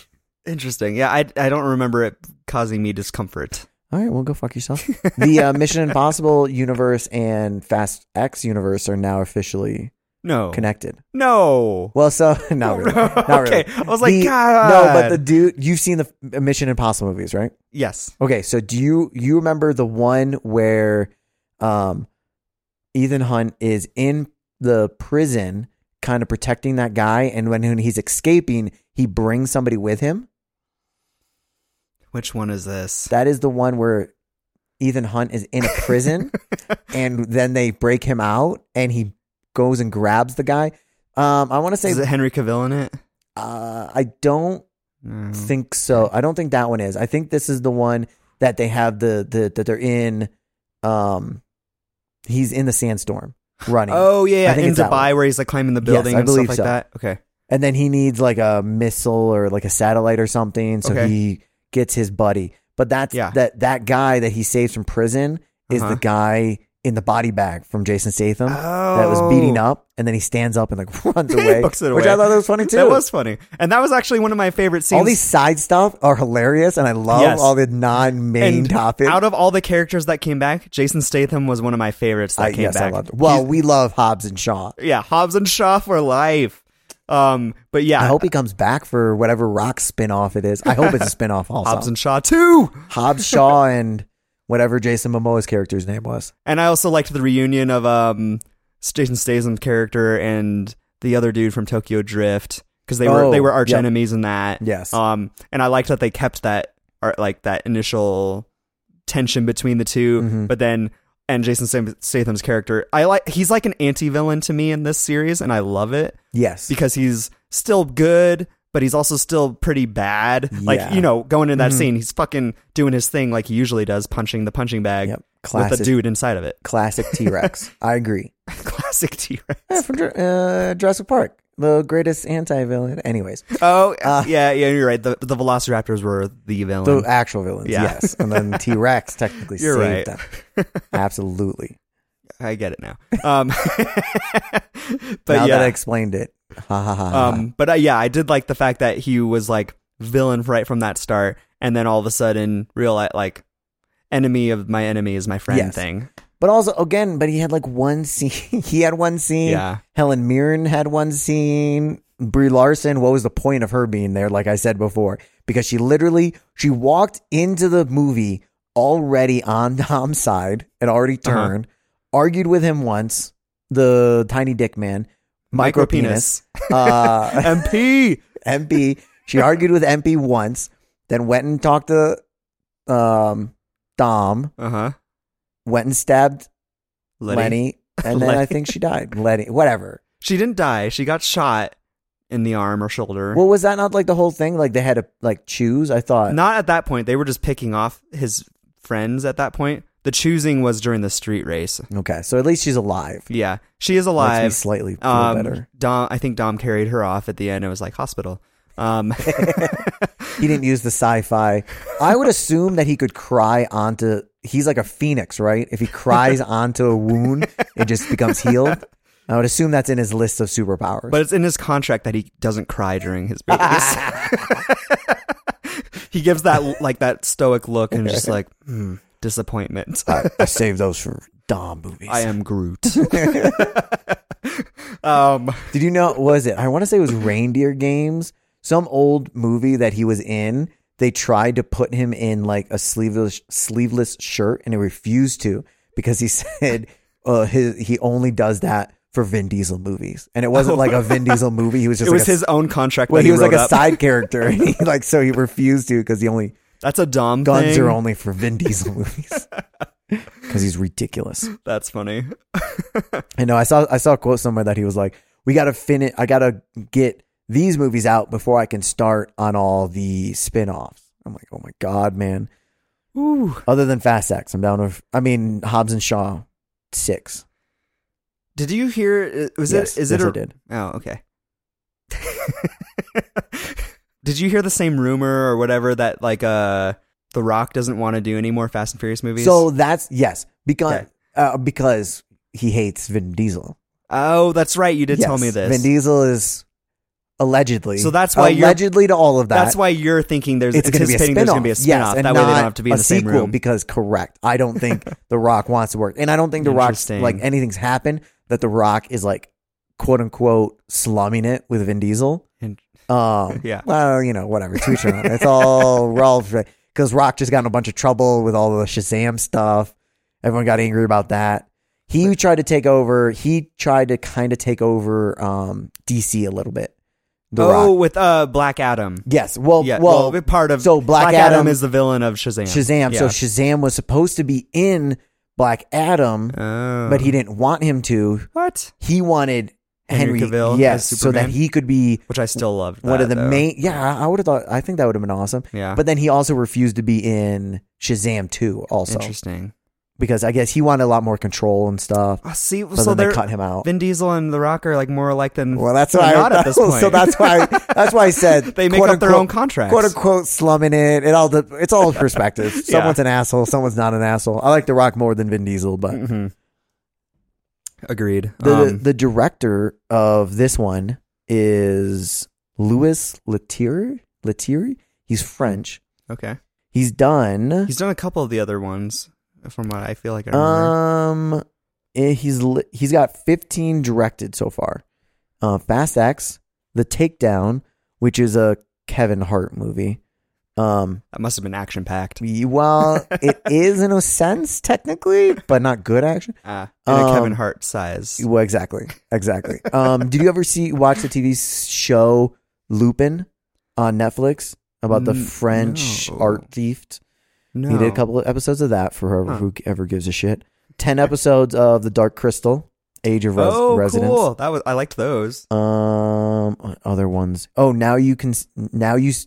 B: Interesting. Yeah, I I don't remember it causing me discomfort.
C: all right well go fuck yourself the uh, mission impossible universe and fast x universe are now officially
B: No.
C: connected
B: No.
C: well so not really not really
B: okay. I was like,
C: The-
B: God.
C: no but the dude you've seen the f- mission impossible movies right
B: yes.
C: Okay, so do you you remember the one where um Ethan Hunt is in the prison kind of protecting that guy and when when he's escaping, he brings somebody with him?
B: Which one is this?
C: That is the one where Ethan Hunt is in a prison and then they break him out and he goes and grabs the guy. Um I want to say
B: Is it Henry Cavill in it?
C: uh I don't
B: No.
C: think so. I don't think that one is. I think this is the one that they have the the that they're in. Um, he's in the sandstorm. running.
B: Oh yeah,
C: I
B: yeah.
C: think
B: in
C: it's that
B: Dubai where he's like climbing the building
C: I
B: and stuff
C: believe
B: like
C: so.
B: that. Okay.
C: And then he needs like a missile or like a satellite or something. So
B: Okay.
C: he gets his buddy. But that's
B: Yeah.
C: that that guy that he saves from prison is
B: Uh-huh.
C: the guy in the body bag from Jason Statham
B: Oh,
C: Um, that was beating up, and then he stands up and like runs
B: He
C: away,
B: books it
C: which
B: away.
C: I thought that was funny too.
B: That was funny, and that was actually one of my favorite scenes.
C: all these side stuff are hilarious, and I love
B: Yes.
C: all the non main
B: and
C: topics.
B: out of all the characters that came back, Jason Statham was one of my favorites that
C: I,
B: came
C: yes,
B: back.
C: I love. Well, we love Hobbs and Shaw.
B: He's- yeah, Hobbs and Shaw for life. Um, but yeah,
C: I hope he comes back for whatever Rock spin off it is. I hope it's a spin off also.
B: Hobbs and Shaw too.
C: Hobbs Shaw and whatever Jason Momoa's character's name was.
B: And I also liked the reunion of um Jason Statham's character and the other dude from Tokyo Drift because they were
C: Oh,
B: they were arch
C: yep.
B: enemies in that.
C: Yes.
B: Um, and I liked that they kept that or like that initial tension between the 2
C: Mm-hmm.
B: but then and Jason Stam- Statham's character, I like he's like an anti villain to me in this series, and I love it
C: yes.
B: because he's still good. But he's also still pretty bad. Like,
C: Yeah. Mm-hmm.
B: you know, going into that scene, he's fucking doing his thing like he usually does, punching the punching bag
C: Yep.
B: with
C: Classic
B: the dude inside of it.
C: classic T Rex. I agree.
B: Classic T
C: Yeah,
B: Rex.
C: from Jur- uh, Jurassic Park, the greatest anti villain. Anyways,
B: Oh,
C: Uh,
B: yeah, yeah, you're right. The, the Velociraptors were the
C: the
B: villain.
C: actual villains.
B: Yeah.
C: Yes. And then T Rex technically
B: You're
C: saved
B: right.
C: them. Absolutely.
B: I get it now. Um, but
C: now
B: yeah,
C: that I explained it. Ha ha ha. ha.
B: um, but uh, yeah, I did like the fact that he was like villain right from that start, and then all of a sudden realize like enemy of my enemy is my friend
C: Yes.
B: thing.
C: But also, again, but he had like one scene. he had one scene.
B: Yeah.
C: Helen Mirren had one scene. Brie Larson, what was the point of her being there? Like I said before, because she literally she walked into the movie already on Dom's side and already
B: Uh-huh.
C: turned, argued with him once, the tiny dick man, micro penis, uh,
B: MP.
C: MP. She argued with MP once, then went and talked to um, Dom,
B: Uh huh.
C: went and stabbed
B: Lenny.
C: Lenny, and then
B: Lenny.
C: I think she died. Lenny, whatever.
B: She didn't die. She got shot in the arm or shoulder.
C: Well, was that not like the whole thing? Like they had to like choose. I thought.
B: Not at that point. They were just picking off his friends at that point. The choosing was during the street race.
C: Okay, so at least she's alive.
B: Yeah. She is
C: Makes me
B: alive.
C: slightly feel
B: Um,
C: better.
B: Dom, I think Dom carried her off at the end. It was like hospital. Um,
C: He didn't use the sci-fi. I would assume that he could cry onto. He's like a phoenix, right? If he cries onto a wound, it just becomes healed. I would assume that's in his list of superpowers.
B: but it's in his contract that he doesn't cry during his movies. he gives that like that stoic look and just like hmm, disappointment.
C: I, I saved those for Dom movies.
B: I am Groot. um,
C: Did you know? Was it? I want to say it was Reindeer Games, some old movie that he was in. They tried to put him in like a sleeveless sleeveless shirt, and he refused to because he said uh, his he only does that for Vin Diesel movies, and it wasn't like a Vin Diesel movie. He was just
B: it
C: like
B: was
C: a,
B: his own contract.
C: well,
B: that
C: he,
B: he,
C: was like
B: wrote
C: a
B: up.
C: side character, and he like so he refused to because the only
B: That's a Dom
C: guns
B: thing.
C: are only for Vin Diesel movies because he's ridiculous.
B: That's funny.
C: I know. I saw I saw a quote somewhere that he was like, "We got to finish. I got to get these movies out before I can start on all the spin-offs." I'm like, "Oh my god, man!"
B: Ooh.
C: Other than Fast X, I'm down with. I mean, Hobbs and Shaw, six.
B: Did you hear? uh, Was
C: Yes,
B: it? Is
C: yes,
B: it? A,
C: I did.
B: Oh, okay. did you hear the same rumor or whatever that like uh, The Rock doesn't want to do any more Fast and Furious movies?
C: So that's yes because
B: Okay.
C: uh, because he hates Vin Diesel.
B: oh, that's right. You did tell
C: Yes,
B: me this.
C: Vin Diesel is allegedly
B: So that's why you're-
C: allegedly to all of that.
B: that's why you're thinking there's
C: it's going to be a
B: anticipating
C: spin-off.
B: there's going to be a
C: Yes,
B: spinoff.
C: and
B: that way
C: not
B: they don't have to be in
C: a
B: the same
C: sequel
B: room.
C: because correct. I don't think The Rock wants to work, and I don't think The Rock's
B: Interesting.
C: like anything's happened that The Rock is like quote unquote slumming it with Vin Diesel.
B: And-
C: Um,
B: Yeah.
C: Well, you know, whatever. to each their own. It's all we're all because Rock just got in a bunch of trouble with all the Shazam stuff. Everyone got angry about that. He tried to take over. He tried to kind of take over um, DC a little bit. The
B: oh,
C: Rock.
B: with uh, Black Adam.
C: Yes. Well,
B: Yeah, well,
C: well,
B: part of
C: so Black Adam-
B: is the villain of Shazam.
C: Shazam. So
B: Yeah.
C: Shazam was supposed to be in Black Adam,
B: Oh.
C: but he didn't want him to.
B: what?
C: He wanted
B: Henry
C: Henry,
B: Cavill as
C: yes, so that
B: Superman?
C: he could be
B: Which I still loved.
C: one of the
B: that, though.
C: main. Yeah, I would have thought. I think that would have been awesome.
B: Yeah.
C: But then he also refused to be in Shazam 2 also,
B: Interesting.
C: because I guess he wanted a lot more control and stuff.
B: Oh, see,
C: So,
B: so
C: then
B: they're
C: they cut him out.
B: Vin Diesel and The Rock are like more alike than
C: Oh. well, that's
B: than
C: why.
B: not
C: I,
B: at this point.
C: So that's why. That's why I said
B: they make
C: quote,
B: up their
C: unquote-
B: own contracts.
C: Quote unquote slumming it. It all. de- It's all perspective. Someone's an asshole. Someone's not an asshole. I like The Rock more than Vin Diesel, but
B: Mhm. Agreed.
C: the
B: Um,
C: the director of this one is Louis Letier. Letier. He's French.
B: okay,
C: He's done.
B: he's done a couple of the other ones from what I feel
C: Uh,
B: like I remember.
C: um, eh, he's li- he's got 15 directed so far. Uh, Fast X, The Takedown, which is a Kevin Hart movie. Um,
B: that must have been action packed.
C: y- well, it is in a sense technically, but not good action.
B: Ah, in a
C: Um,
B: Kevin Hart size.
C: Well, exactly, exactly. Um, did you ever see watch the TV show Lupin on Netflix about the
B: N-
C: French
B: no.
C: art thief?
B: No,
C: He did a couple of episodes of that for whoever
B: Huh.
C: who ever gives a shit. Ten episodes of the Dark Crystal, Age of Res-
B: oh,
C: Residence.
B: cool. That was I liked those.
C: Um, what other ones. Oh, now you can. s- Now you. s-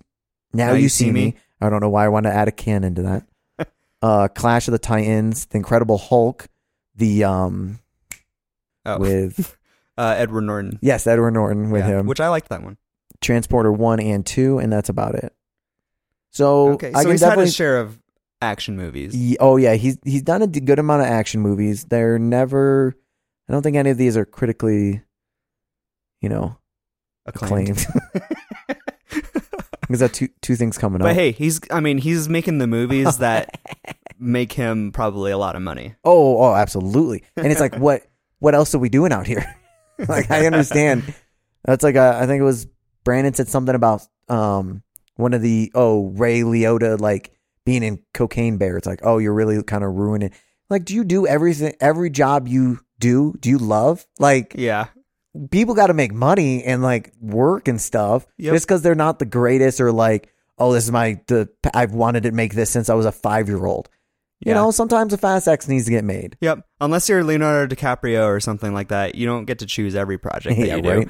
C: Now, you, see, me. I don't know why I want to add a canon to that. uh, Clash of the Titans, The Incredible Hulk, the um
B: Oh,
C: with
B: uh, Edward Norton
C: yes Edward Norton with
B: Yeah,
C: him.
B: which I liked that one.
C: Transporter one and two, and that's about it. So
B: Okay, so
C: I can
B: he's had
C: definitely.
B: his share of action movies.
C: Ye- oh yeah, he's he's done a d- good amount of action movies. They're never. I don't think any of these are critically, you know, acclaimed. Because that two two things coming
B: But
C: up.
B: hey, he's I mean, he's making the movies that make him probably a lot of money.
C: Oh oh, absolutely. And it's like what what else are we doing out here? like I understand. That's like uh, I think it was Brandon said something about um one of the oh Ray Liotta like being in Cocaine Bear. It's like oh you're really kind of ruining. Like do you do everything every job you do? Do you love like
B: Yeah.
C: people got to make money and like work and stuff
B: Yep.
C: just because they're not the greatest or like oh this is my the i've wanted to make this since i was a five year old you
B: Yeah.
C: know sometimes a fast x needs to get made
B: Yep. Unless you're Leonardo DiCaprio or something like that, you don't get to choose every project that
C: Yeah,
B: you do.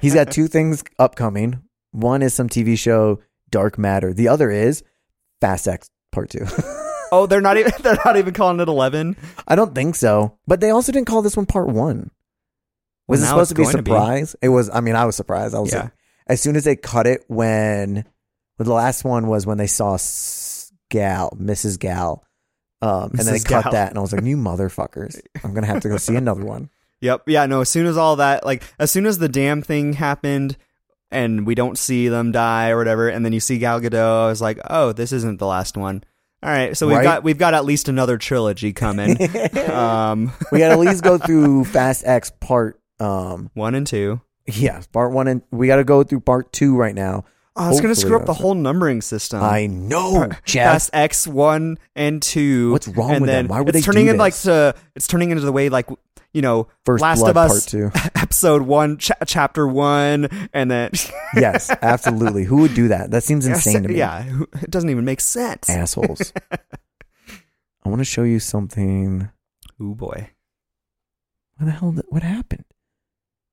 C: he's got two things upcoming one is some tv show dark matter the other is fast x part two
B: Oh, they're not even they're not even calling it eleven.
C: i don't think so but they also didn't call this one part one
B: Well,
C: was it
B: now
C: supposed
B: it's
C: to be
B: going
C: surprise it was i mean i was surprised i was
B: Yeah.
C: like as soon as they cut it when well, the last one was when they saw S- gal mrs gal um, and then they
B: Mrs.
C: cut
B: Gal.
C: that and i was like you motherfuckers i'm gonna have to go see another one
B: Yep. Yeah, no, as soon as all that like as soon as the damn thing happened and we don't see them die or whatever, and then you see Gal Gadot, I was like, Oh, this isn't the last one. All right, so we've
C: Right?
B: got we've got at least another trilogy coming. um
C: we gotta at least go through fast x part um
B: one and two.
C: yeah part one and we gotta go through part two right now
B: Oh, it's gonna
C: Hopefully
B: screw up the
C: that's-
B: whole numbering system.
C: i know jeff
B: Fast X one and two.
C: What's wrong
B: and
C: with
B: then
C: them? Why would
B: it's
C: they
B: turning
C: do
B: in like
C: this?
B: to, it's turning into the way like you know
C: First
B: Last
C: Blood
B: of Us
C: Part Two.
B: episode one cha- chapter one and then
C: yes absolutely who would do that that seems insane to me
B: yeah who- it doesn't even make sense.
C: assholes i want to show you something
B: Oh boy.
C: What the hell? did- What happened?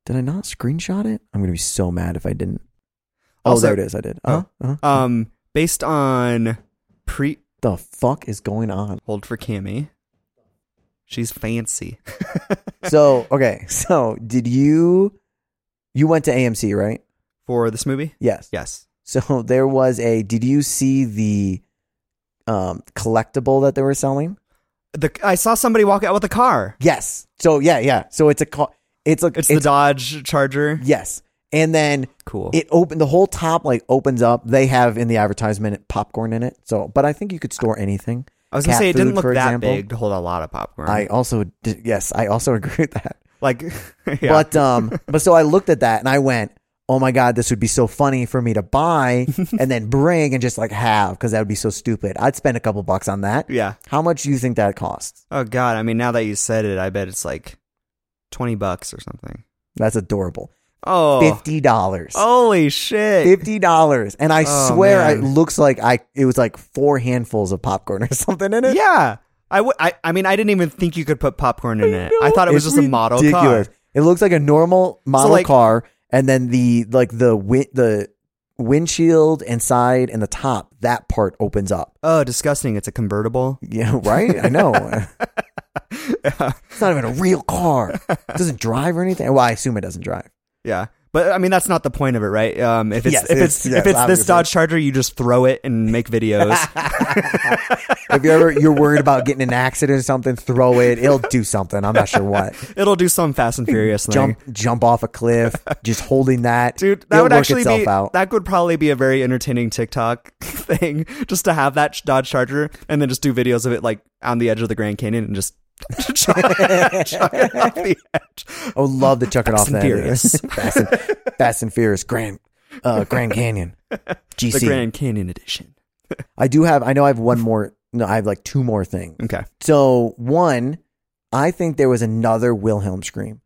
C: Did I not screenshot it? I'm gonna be so mad if I didn't. Oh,
B: Also-
C: there it is. I did. Uh, uh,
B: Um, based on pre
C: the fuck is going on?
B: hold for Cammy. She's fancy.
C: So okay. So did you? You went to AMC, right?
B: for this movie.
C: Yes.
B: Yes.
C: So there was a. Did you see the um collectible that they were selling?
B: The I saw somebody walk out with a car.
C: Yes. So yeah, yeah. So it's a. co- It's a.
B: It's, the Dodge Charger.
C: yes. And then
B: Cool.
C: it opened the whole top like opens up. They have in the advertisement popcorn in it. So, but I think you could store anything.
B: I was gonna
C: cat
B: say it
C: food,
B: didn't look
C: for
B: that
C: example.
B: big to hold a lot of popcorn.
C: I also d- yes, I also agree with that.
B: like, yeah.
C: But um, but so I looked at that and I went, oh my god, this would be so funny for me to buy and then bring and just like have because that would be so stupid. I'd spend a couple bucks on that.
B: yeah.
C: How much do you think that costs?
B: Oh God. I mean, now that you said it, I bet it's like twenty bucks or something.
C: That's adorable.
B: Oh,
C: Fifty dollars.
B: holy shit!
C: Fifty dollars, and I
B: Oh,
C: swear
B: man.
C: it looks like I it was like four handfuls of popcorn or something in it.
B: yeah. I, w- I, I mean, I didn't even think you could put popcorn in it. I thought it was
C: It's
B: just a model car.
C: It looks like a normal model
B: like-
C: car, and then the like the wi- the windshield and side and the top, that part opens up.
B: Oh, disgusting. It's a convertible.
C: Yeah, right? I know. it's not even a real car. It doesn't drive or anything. Well, I assume it doesn't drive.
B: Yeah. But I mean, that's not the point of it, right? Um, if it's
C: Yes,
B: if
C: it's-
B: it's,
C: yes,
B: if it's this
C: obviously.
B: Dodge Charger, you just throw it and make videos.
C: If you ever you're worried about getting in an accident or something, throw it. It'll do something. I'm not sure what.
B: It'll do some Fast and Furious thing.
C: Jump jump off a cliff, just holding that.
B: Dude, that
C: It'll
B: would
C: work
B: actually
C: itself
B: be
C: out.
B: that would probably be a very entertaining TikTok thing, just to have that Dodge Charger and then just do videos of it like on the edge of the Grand Canyon and just chuck chuck it off the edge.
C: I would love to chuck it off
B: and
C: that.
B: Furious.
C: Fast and, Fast and Furious. Grand uh, Grand Canyon.
B: The
C: GC.
B: Grand Canyon edition.
C: I do have I know I have one more no, I have like two more things.
B: Okay.
C: So one, I think there was another Wilhelm scream.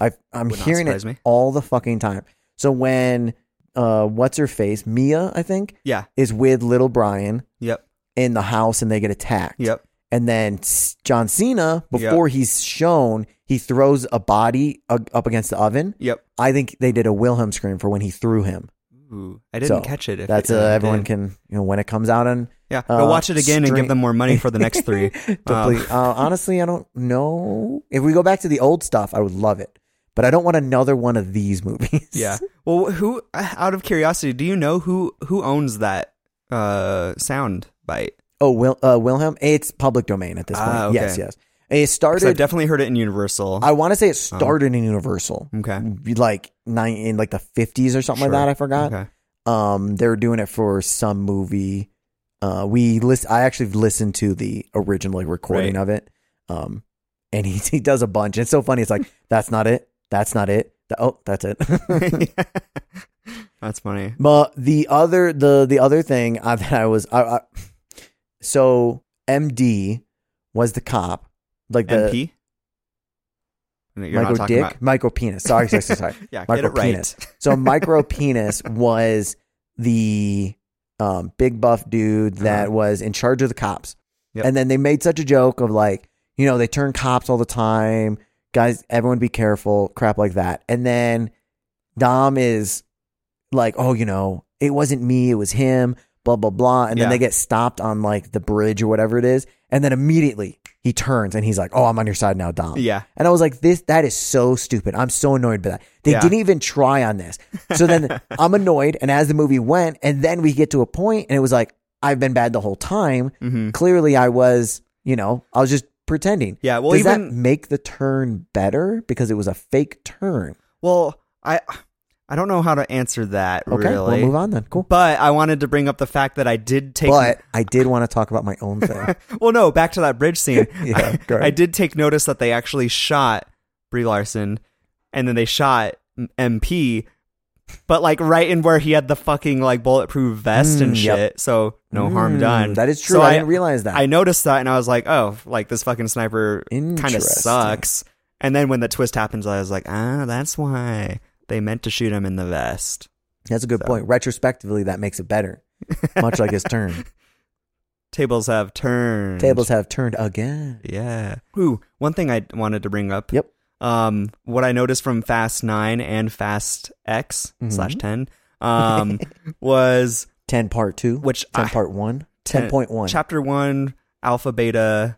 C: I I'm
B: Would not
C: hearing it
B: surprise me.
C: all the fucking time. So when uh what's her face? Mia, I think,
B: Yeah.
C: is with little Brian
B: Yep.
C: in the house and they get attacked.
B: Yep.
C: And then S- John Cena, before he's shown, he throws a body uh, up against the oven.
B: Yep.
C: I think they did a Wilhelm scream for when he threw him.
B: Ooh, I didn't
C: So,
B: catch it. If
C: That's
B: it-
C: uh,
B: if it
C: everyone
B: did.
C: can you know when it comes out on
B: Yeah, go
C: uh,
B: watch it again and
C: string-
B: give them more money for the next three. Um,
C: Complete. uh, honestly, I don't know. If we go back to the old stuff, I would love it, but I don't want another one of these movies.
B: yeah. Well, who? Out of curiosity, do you know who who owns that uh, sound bite?
C: Oh, Wil- uh, Wilhelm. It's public domain at this point.
B: Ah, okay.
C: Yes, yes. It
B: 'Cause I
C: started.
B: definitely heard it in Universal.
C: I want to say it started in Universal,
B: Uh-huh. okay.
C: like nine in like the fifties or something
B: Sure.
C: like that. I forgot.
B: Okay.
C: Um, they were doing it for some movie. Uh, we list. I actually listened to the original like, recording
B: Right.
C: of it. Um, and he he does a bunch. It's so funny. It's like that's not it. That's not it. Th- Oh, that's it.
B: That's funny.
C: But the other the the other thing I, that I was I, I, so MD was the cop like the
B: MP. No, You're not
C: micro
B: talking
C: dick
B: about-
C: micro penis sorry sorry sorry, sorry.
B: yeah, get
C: micro
B: it right.
C: penis so micro penis was the um, big buff dude that
B: Uh-huh.
C: was in charge of the cops
B: Yep.
C: and then they made such a joke of like you know they turn cops all the time guys everyone be careful crap like that and then Dom is like, oh, you know, it wasn't me, it was him, blah, blah, blah. And then
B: Yeah.
C: they get stopped on like the bridge or whatever it is. And then immediately he turns and he's like, oh, I'm on your side now, Dom.
B: Yeah.
C: And I was like, this, that is so stupid. I'm so annoyed by that. They
B: Yeah.
C: didn't even try on this. So then I'm annoyed. And as the movie went, and then we get to a point and it was like, I've been bad the whole time.
B: hmm
C: Clearly I was, you know, I was just pretending.
B: Yeah. Well,
C: Does
B: even
C: that make the turn better? Because it was a fake turn.
B: well, I I don't know how to answer that
C: Okay.
B: really.
C: We'll move on then. Cool.
B: But I wanted to bring up the fact that I did take.
C: but I did want to talk about my own thing.
B: well, no, back to that bridge scene.
C: Yeah, go ahead.
B: I, did take notice that they actually shot Brie Larson, and then they shot M- MP, but like right in where he had the fucking like bulletproof vest and
C: Mm,
B: shit.
C: yep.
B: So no harm
C: Mm,
B: done.
C: That is true.
B: So
C: I,
B: I,
C: didn't realize that.
B: I noticed that, and I was like, oh, like this fucking sniper kind
C: Interesting.
B: of sucks. And then when the twist happens, I was like, ah, that's why they meant to shoot him in the vest.
C: That's a good
B: So.
C: point. Retrospectively, that makes it better. Much like his turn.
B: Tables have turned.
C: Tables have turned again.
B: Yeah. Ooh, one thing I wanted to bring up.
C: Yep.
B: Um, what I noticed from Fast Nine and Fast X
C: Mhm.
B: slash Ten, um, was
C: 10 part 2.
B: which
C: 10
B: I-
C: part 1.
B: 10
C: 10.1.
B: Chapter One, Alpha Beta.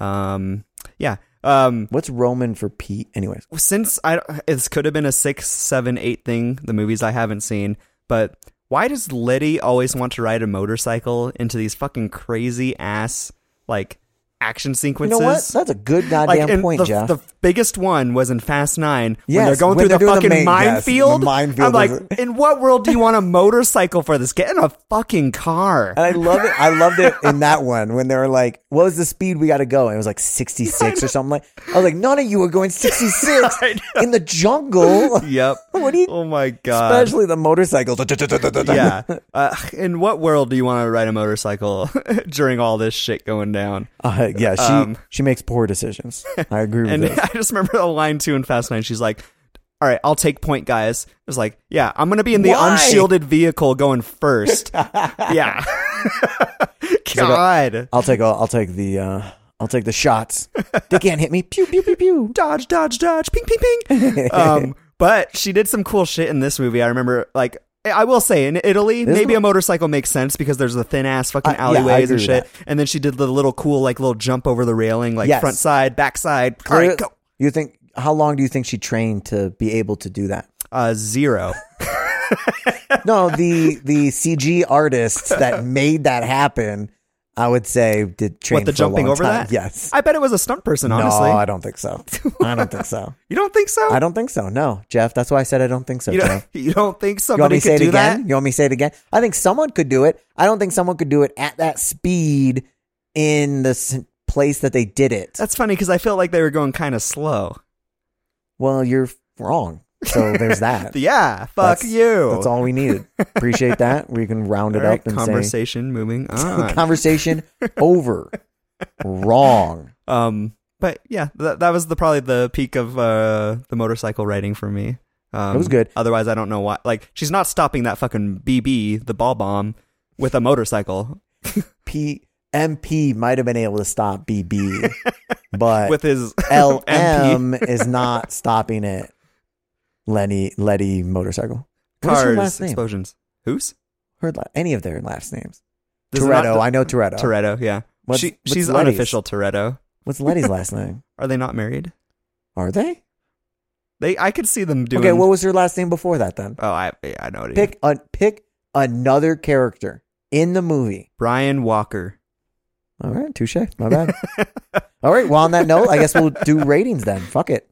B: Um, yeah. Um,
C: What's Roman for Pete? Anyways.
B: since I this could have been a six, seven, eight thing. The movies I haven't seen, but why does Liddy always want to ride a motorcycle into these fucking crazy ass like action
C: You
B: sequences?
C: know what? That's a good goddamn
B: in
C: point,
B: the,
C: Jeff.
B: the biggest one was in Fast Nine when
C: Yes,
B: they're going
C: when
B: through
C: they're
B: the
C: doing the
B: fucking
C: main- yes, the
B: minefield.
C: minefield
B: I'm like,
C: is-
B: in what world do you want a motorcycle for this? Get in a fucking car.
C: and I love it. I loved it in that one when they were like, "What was the speed we got to go?" And it was like 66 or something like. I was like, "None of you are going 66 in the jungle."
B: Yep.
C: What do you
B: Oh my god.
C: Especially the motorcycles.
B: yeah. Uh, in what world do you want to ride a motorcycle during all this shit going down?
C: Uh, yeah, she
B: Um,
C: she makes poor decisions. I agree with
B: And
C: that.
B: I just remember the line two in Fast Nine. She's like, "All right, I'll take point, guys." It's like, "Yeah, I'm gonna be in the
C: Why?
B: unshielded vehicle going first. yeah. God.
C: I'll take all, I'll take the uh, I'll take the shots. They can't hit me. Pew pew pew pew.
B: dodge, dodge, dodge, ping, ping, ping. um, but she did some cool shit in this movie. I remember, like, I will say in Italy,
C: This
B: maybe
C: mo-
B: a motorcycle makes sense because there's the thin ass fucking
C: I- yeah, I
B: alleyways
C: agree
B: and
C: with
B: shit. And then she did the little cool like little jump over the railing, like
C: Yes.
B: front side, back side. All right, go.
C: You think how long do you think she trained to be able to do that?
B: Uh, zero.
C: No, the the CG artists that made that happen, I would say did train
B: What, the
C: for a
B: jumping
C: long
B: over
C: time.
B: that?
C: Yes.
B: I bet it was a stunt person. Honestly,
C: No, I don't think so. I don't think so.
B: you don't think so?
C: I don't think so. No, Jeff. That's why I said I don't think so,
B: you
C: Jeff.
B: don't, you don't think
C: You want
B: somebody
C: me to say
B: could
C: it
B: do
C: again?
B: that?
C: You want me to say it again? I think someone could do it. I don't think someone could do it at that speed in the s- place that they did it.
B: That's funny because I felt like they were going kind of slow.
C: well, you're wrong. So there's that.
B: Yeah, fuck
C: That's-
B: you.
C: That's all we needed. Appreciate that. We can round
B: All
C: it
B: right,
C: up and say
B: conversation moving on.
C: conversation over. Wrong.
B: Um, but yeah, that, that was the probably the peak of uh, the motorcycle riding for me. Um,
C: It was good.
B: Otherwise, I don't know why. Like, she's not stopping that fucking BB, the ball bomb, with a motorcycle
C: P MP might have been able to stop BB, but
B: with his MP
C: LM is not stopping it. Lenny Letty motorcycle. What is her
B: cars
C: last name?
B: explosions. Who's
C: Her la- any of their last names?
B: This is
C: Toretto.
B: not the-
C: I know Toretto.
B: Toretto? Yeah,
C: What's-
B: she,
C: what's
B: she's
C: Letty's?
B: unofficial Toretto.
C: What's Letty's last name?
B: Are they not married?
C: Are they?
B: They, I could see them doing.
C: Okay, what was her last name before that then?
B: oh, I, I know it. is.
C: Pick a, pick another character in the movie.
B: Brian Walker.
C: All right, touche. My bad. All right. Well, on that note, I guess we'll do ratings then. Fuck it.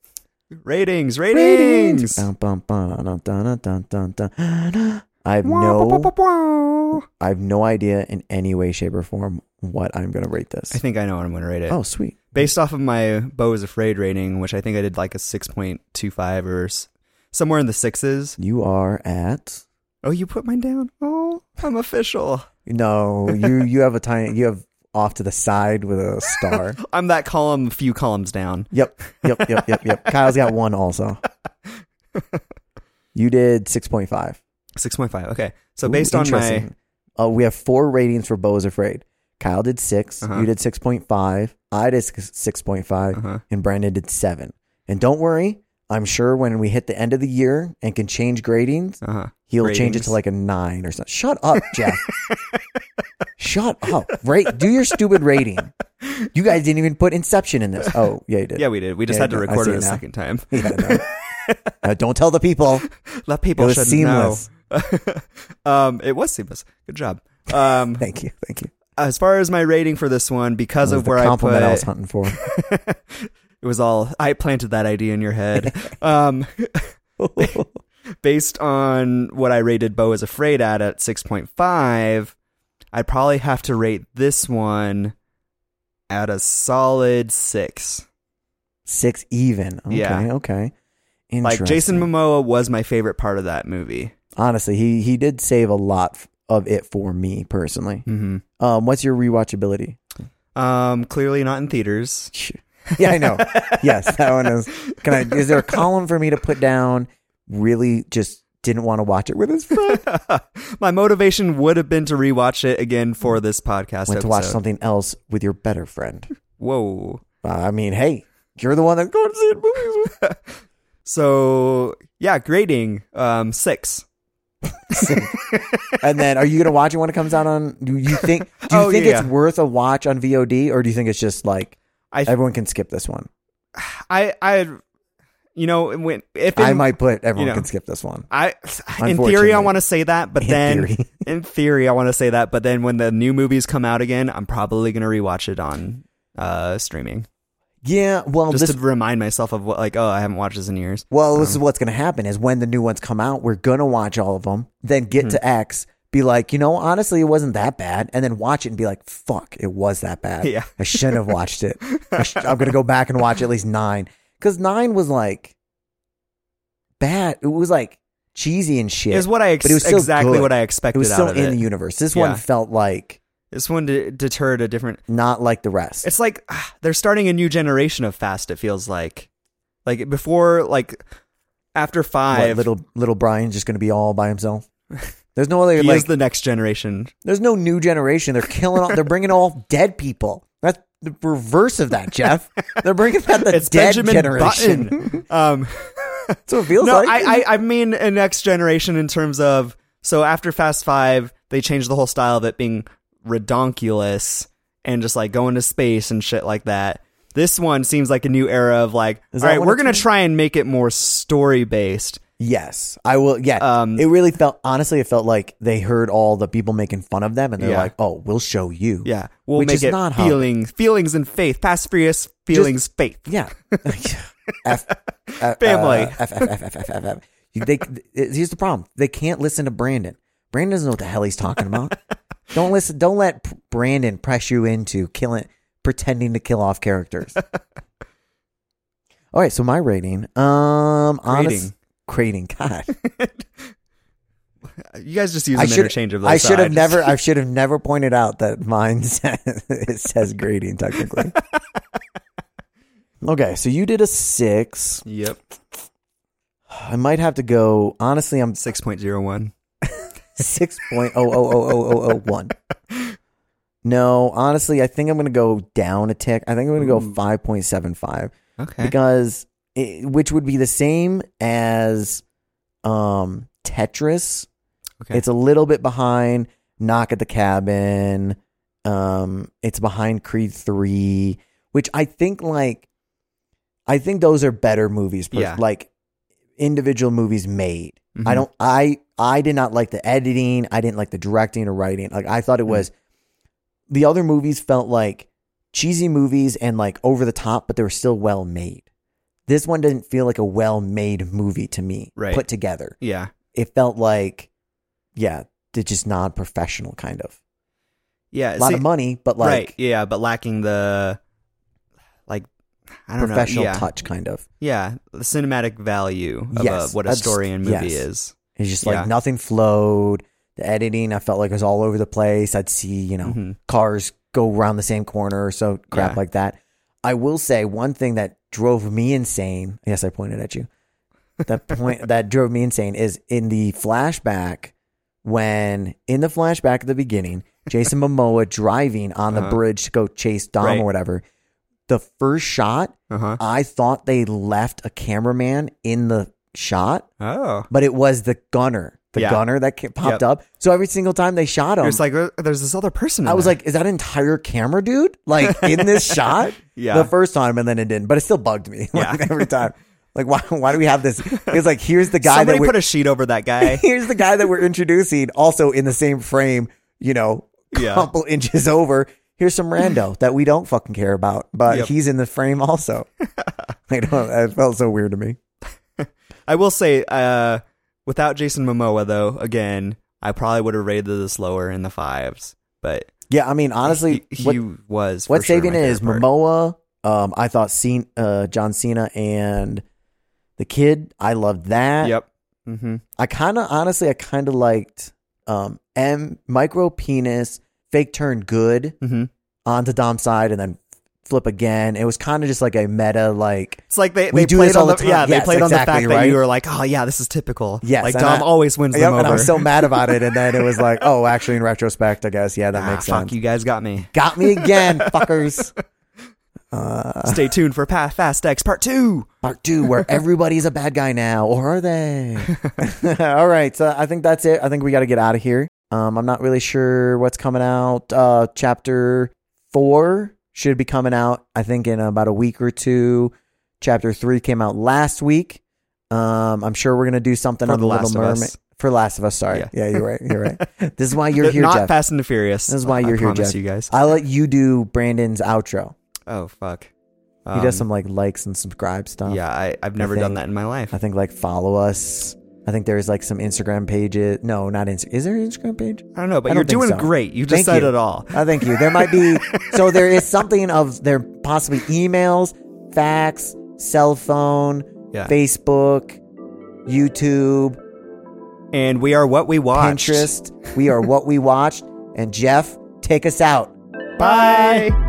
B: Ratings, ratings.
C: Dun, bun, bun, dun, dun, dun, dun, dun. I have
B: Wah, wah, wah,
C: no,
B: wah, wah.
C: I have no idea in any way, shape, or form what I'm gonna rate this.
B: I think I know what I'm going to rate it.
C: Oh, sweet.
B: based off of my Bo is Afraid rating, which I think I did like a 6.25 or s- somewhere in the sixes.
C: You are at
B: Oh, you put mine down. Oh, I'm official.
C: no. You you have a tiny. You have off to the side with a star.
B: I'm that column, a few columns down.
C: Yep. Yep. Yep. Yep. Yep. Kyle's got one also. You did six point five.
B: 6.5. Okay. So
C: Ooh,
B: based on my.
C: interesting. uh, we have four ratings for Bo is Afraid. Kyle did 6
B: Uh-huh.
C: you did six point five, I did six point five,
B: Uh-huh.
C: and Brandon did seven. And don't worry, I'm sure when we hit the end of the year and can change gradings,
B: Uh-huh.
C: he'll change it
B: Ratings.
C: to like a nine or something. Shut up, Jeff. Shut up. Right? Do your stupid rating. You guys didn't even put Inception in this. Oh yeah, you did.
B: Yeah, we did. We just
C: Yeah,
B: had to
C: I
B: record
C: see
B: it a
C: it now.
B: second time.
C: Yeah, no. No, Uh, don't tell the people.
B: Let people
C: was
B: should
C: seamless.
B: know. um, it was seamless. Good job. Um,
C: Thank you. Thank you.
B: as far as my rating for this one, because
C: That was
B: of
C: the
B: where I put
C: compliment I was hunting for.
B: it was all I planted that idea in your head. um, based on what I rated Bo is Afraid at at 6.5, I'd probably have to rate this one at a solid 6.
C: Six even. Okay,
B: Yeah.
C: okay.
B: Like Jason
C: Interesting.
B: Momoa was my favorite part of that movie.
C: Honestly, he he did save a lot f- of it for me personally.
B: Mm-hmm.
C: Um, what's your rewatchability?
B: Um, clearly not in theaters.
C: Yeah, I know. yes, that one is. Can I? Is there a column for me to put down? Really, just didn't want to watch it with his friend.
B: my motivation would have been to rewatch it again for this podcast.
C: Went to watch
B: episode.
C: something else with your better friend.
B: Whoa.
C: Uh, I mean, hey, you're the one that going to see it movies. with.
B: So yeah, grading um six.
C: And then, are you going to watch it when it comes out on? Do you think? Do you
B: Oh,
C: think
B: yeah.
C: it's worth a watch on VOD, or do you think it's just like
B: I
C: everyone can skip this one?
B: I I you know when if
C: I
B: in-
C: might put everyone
B: you know.
C: can skip this one.
B: I in theory I want to say that, but
C: In
B: then
C: theory.
B: in theory I want to say that, but then when the new movies come out again, I'm probably gonna rewatch it on uh streaming
C: Yeah, well,
B: just
C: this
B: to remind myself of what like oh I haven't watched this in years.
C: well, this is what's going to happen is when the new ones come out, we're going to watch all of them, then get
B: Mm-hmm.
C: to X, be like, you know, honestly, it wasn't that bad, and then watch it and be like, fuck, it was that bad.
B: Yeah.
C: I shouldn't have watched it. I sh- I'm going to go back and watch at least nine because nine was like bad. It was like cheesy and shit.
B: Is what I ex-
C: But it was still
B: exactly
C: good.
B: what I
C: it
B: expected
C: was still
B: out of
C: in
B: it.
C: the universe. This
B: Yeah.
C: one felt like
B: this one d- deterred a different.
C: not like the rest.
B: It's like ah, they're starting a new generation of fast. It feels like like before like after
C: What,
B: five.
C: little little Brian's just going to be all by himself. There's no other
B: he
C: like
B: is the next generation.
C: There's no new generation. They're killing. All, they're bringing all dead people. That's the reverse of that, Jeff. They're bringing back the
B: It's
C: dead
B: Benjamin
C: generation.
B: Button. Um,
C: That's what it feels
B: no,
C: like.
B: I, I, I mean a next generation in terms of So after Fast Five, they changed the whole style of it being redonkulous and just like going to space and shit like that. This one seems like a new era of like,
C: Is
B: all
C: that
B: right,
C: what
B: we're
C: it's
B: gonna
C: called?
B: try and make it more story based.
C: Yes, I will. Yeah,
B: Um,
C: it really felt honestly. It felt like they heard all the people making fun of them, and they're
B: Yeah.
C: like, "Oh, we'll show you."
B: Yeah, we'll
C: Which
B: make
C: is
B: it
C: not how-
B: feeling, feelings and faith, past furious feelings, faith.
C: yeah. F, F-
B: Family.
C: uh, F, F, F, F, F, F, F. They, it- here's the problem: they can't listen to Brandon. Brandon doesn't know what the hell he's talking about. don't listen. Don't let P- Brandon press you into killing, pretending to kill off characters. All right, so my rating, um, honest, crating, God,
B: You guys just use
C: I
B: an
C: should-
B: interchange of those.
C: I should
B: so
C: have
B: just-
C: never. I should have never pointed out that mine says, it says grading technically. okay, so you did a six.
B: Yep,
C: I might have to go. Honestly, I'm
B: six point zero one.
C: six point oh oh oh oh oh oh one. No, honestly, I think I'm gonna go down a tick. I think I'm gonna go
B: Ooh.
C: five point seven five
B: Okay,
C: because it, which would be the same as um Tetris.
B: Okay.
C: It's a little bit behind Knock at the Cabin. Um it's behind Creed 3, which I think like I think those are better movies per-
B: Yeah.
C: like individual movies made.
B: Mhm.
C: I don't I I did not like the editing, I didn't like the directing or writing. Like I
B: Mm-hmm.
C: thought it was the other movies felt like cheesy movies and like over the top, but they were still well made. This one didn't feel like a well made movie to me,
B: Right.
C: put together.
B: Yeah,
C: It felt like, yeah, they're just non professional kind of.
B: yeah.
C: A lot
B: see-
C: of money, but like
B: right, yeah, but lacking the like I don't
C: professional
B: know, yeah,
C: touch kind of.
B: yeah, the cinematic value of
C: Yes,
B: a, what a
C: that's-
B: story and movie
C: yes.
B: is.
C: It's just
B: Yeah.
C: like nothing flowed. The editing I felt like was all over the place. I'd see, you know,
B: Mhm.
C: cars go around the same corner or so crap
B: Yeah.
C: like that. I will say one thing that drove me insane. Yes, I pointed at you. That point that drove me insane is in the flashback when in the flashback at the beginning, Jason Momoa driving on the
B: Uh-huh.
C: bridge to go chase Dom
B: Right.
C: or whatever. The first shot,
B: Uh-huh.
C: I thought they left a cameraman in the shot,
B: Oh,
C: but it was the gunner, the
B: Yeah.
C: gunner that ca- popped up. So every single time they shot him,
B: it's like "Oh, there's this other person. in
C: I was
B: there."
C: like, is that an entire camera, dude? Like in this shot?
B: Yeah.
C: The first time, and then it didn't. But it still bugged me like,
B: Yeah.
C: every time. Like, why, why do we have this? It's like, here's the guy
B: somebody
C: that we're,
B: put a sheet over that guy.
C: here's the guy that we're introducing also in the same frame, you know,
B: Yeah.
C: couple inches over. Here's some rando that we don't fucking care about, but
B: Yep.
C: he's in the frame also. I don't, it felt so weird to me.
B: I will say, uh, without Jason Momoa though, again, I probably would have rated this lower in the fives, but
C: Yeah. I mean, honestly,
B: he,
C: what,
B: he was.
C: what's saving
B: it
C: it is Momoa. Um, I thought Cena, uh, John Cena and the kid. I loved that.
B: Yep. Mm-hmm.
C: I kind of honestly, I kind of liked um M micro penis fake turn good
B: Mm-hmm.
C: onto Dom's side and then flip again. It was kind of just like a meta like
B: It's like they,
C: We
B: they
C: do
B: played
C: this
B: on
C: all
B: the,
C: the time.
B: yeah they
C: Yes,
B: played on the
C: exactly,
B: fact that
C: right?
B: you were like oh yeah this is typical
C: Yes,
B: like
C: and
B: Dom
C: I-
B: always wins
C: Yep,
B: them
C: and I
B: over
C: was so mad about it. And then it was like, oh, actually, in retrospect, I guess, yeah, that
B: Ah,
C: makes
B: fuck
C: sense.
B: you guys got me
C: Got me again, fuckers.
B: stay tuned for pa- Fast X Part Two
C: Part two, where everybody's a bad guy now, or are they? All right, so I think that's it. I think we got to get out of here. Um, I'm not really sure what's coming out. Uh, chapter four should be coming out, I think, in about a week or two. Chapter three came out last week. Um, I'm sure we're gonna do something
B: For
C: on
B: The
C: the Little
B: Last of
C: Mermaid.
B: Us.
C: For Last of Us, sorry. Yeah.
B: Yeah.
C: you're right. You're right. This is why you're
B: Th-
C: here,
B: not
C: Jeff.
B: Fast and the Furious
C: This is why
B: I-
C: you're
B: I
C: here,
B: promise
C: Jeff.
B: you guys
C: I'll let you do Brandon's outro.
B: oh fuck
C: He does
B: Um,
C: some like likes and subscribe stuff.
B: yeah I, I've never
C: think.
B: done that in my life
C: I think like follow us. I think there's like some Instagram pages. No, not Insta. Is there an Instagram page?
B: I don't know but
C: I
B: you're
C: don't think
B: doing
C: so.
B: great you just
C: Thank
B: said
C: you.
B: it all
C: Oh, thank you. There might be. so there is something of there possibly emails, fax, cell phone,
B: Yeah.
C: Facebook, YouTube,
B: and we are what we watched
C: Pinterest. We are what we watched. And Jeff, take us out.
B: bye.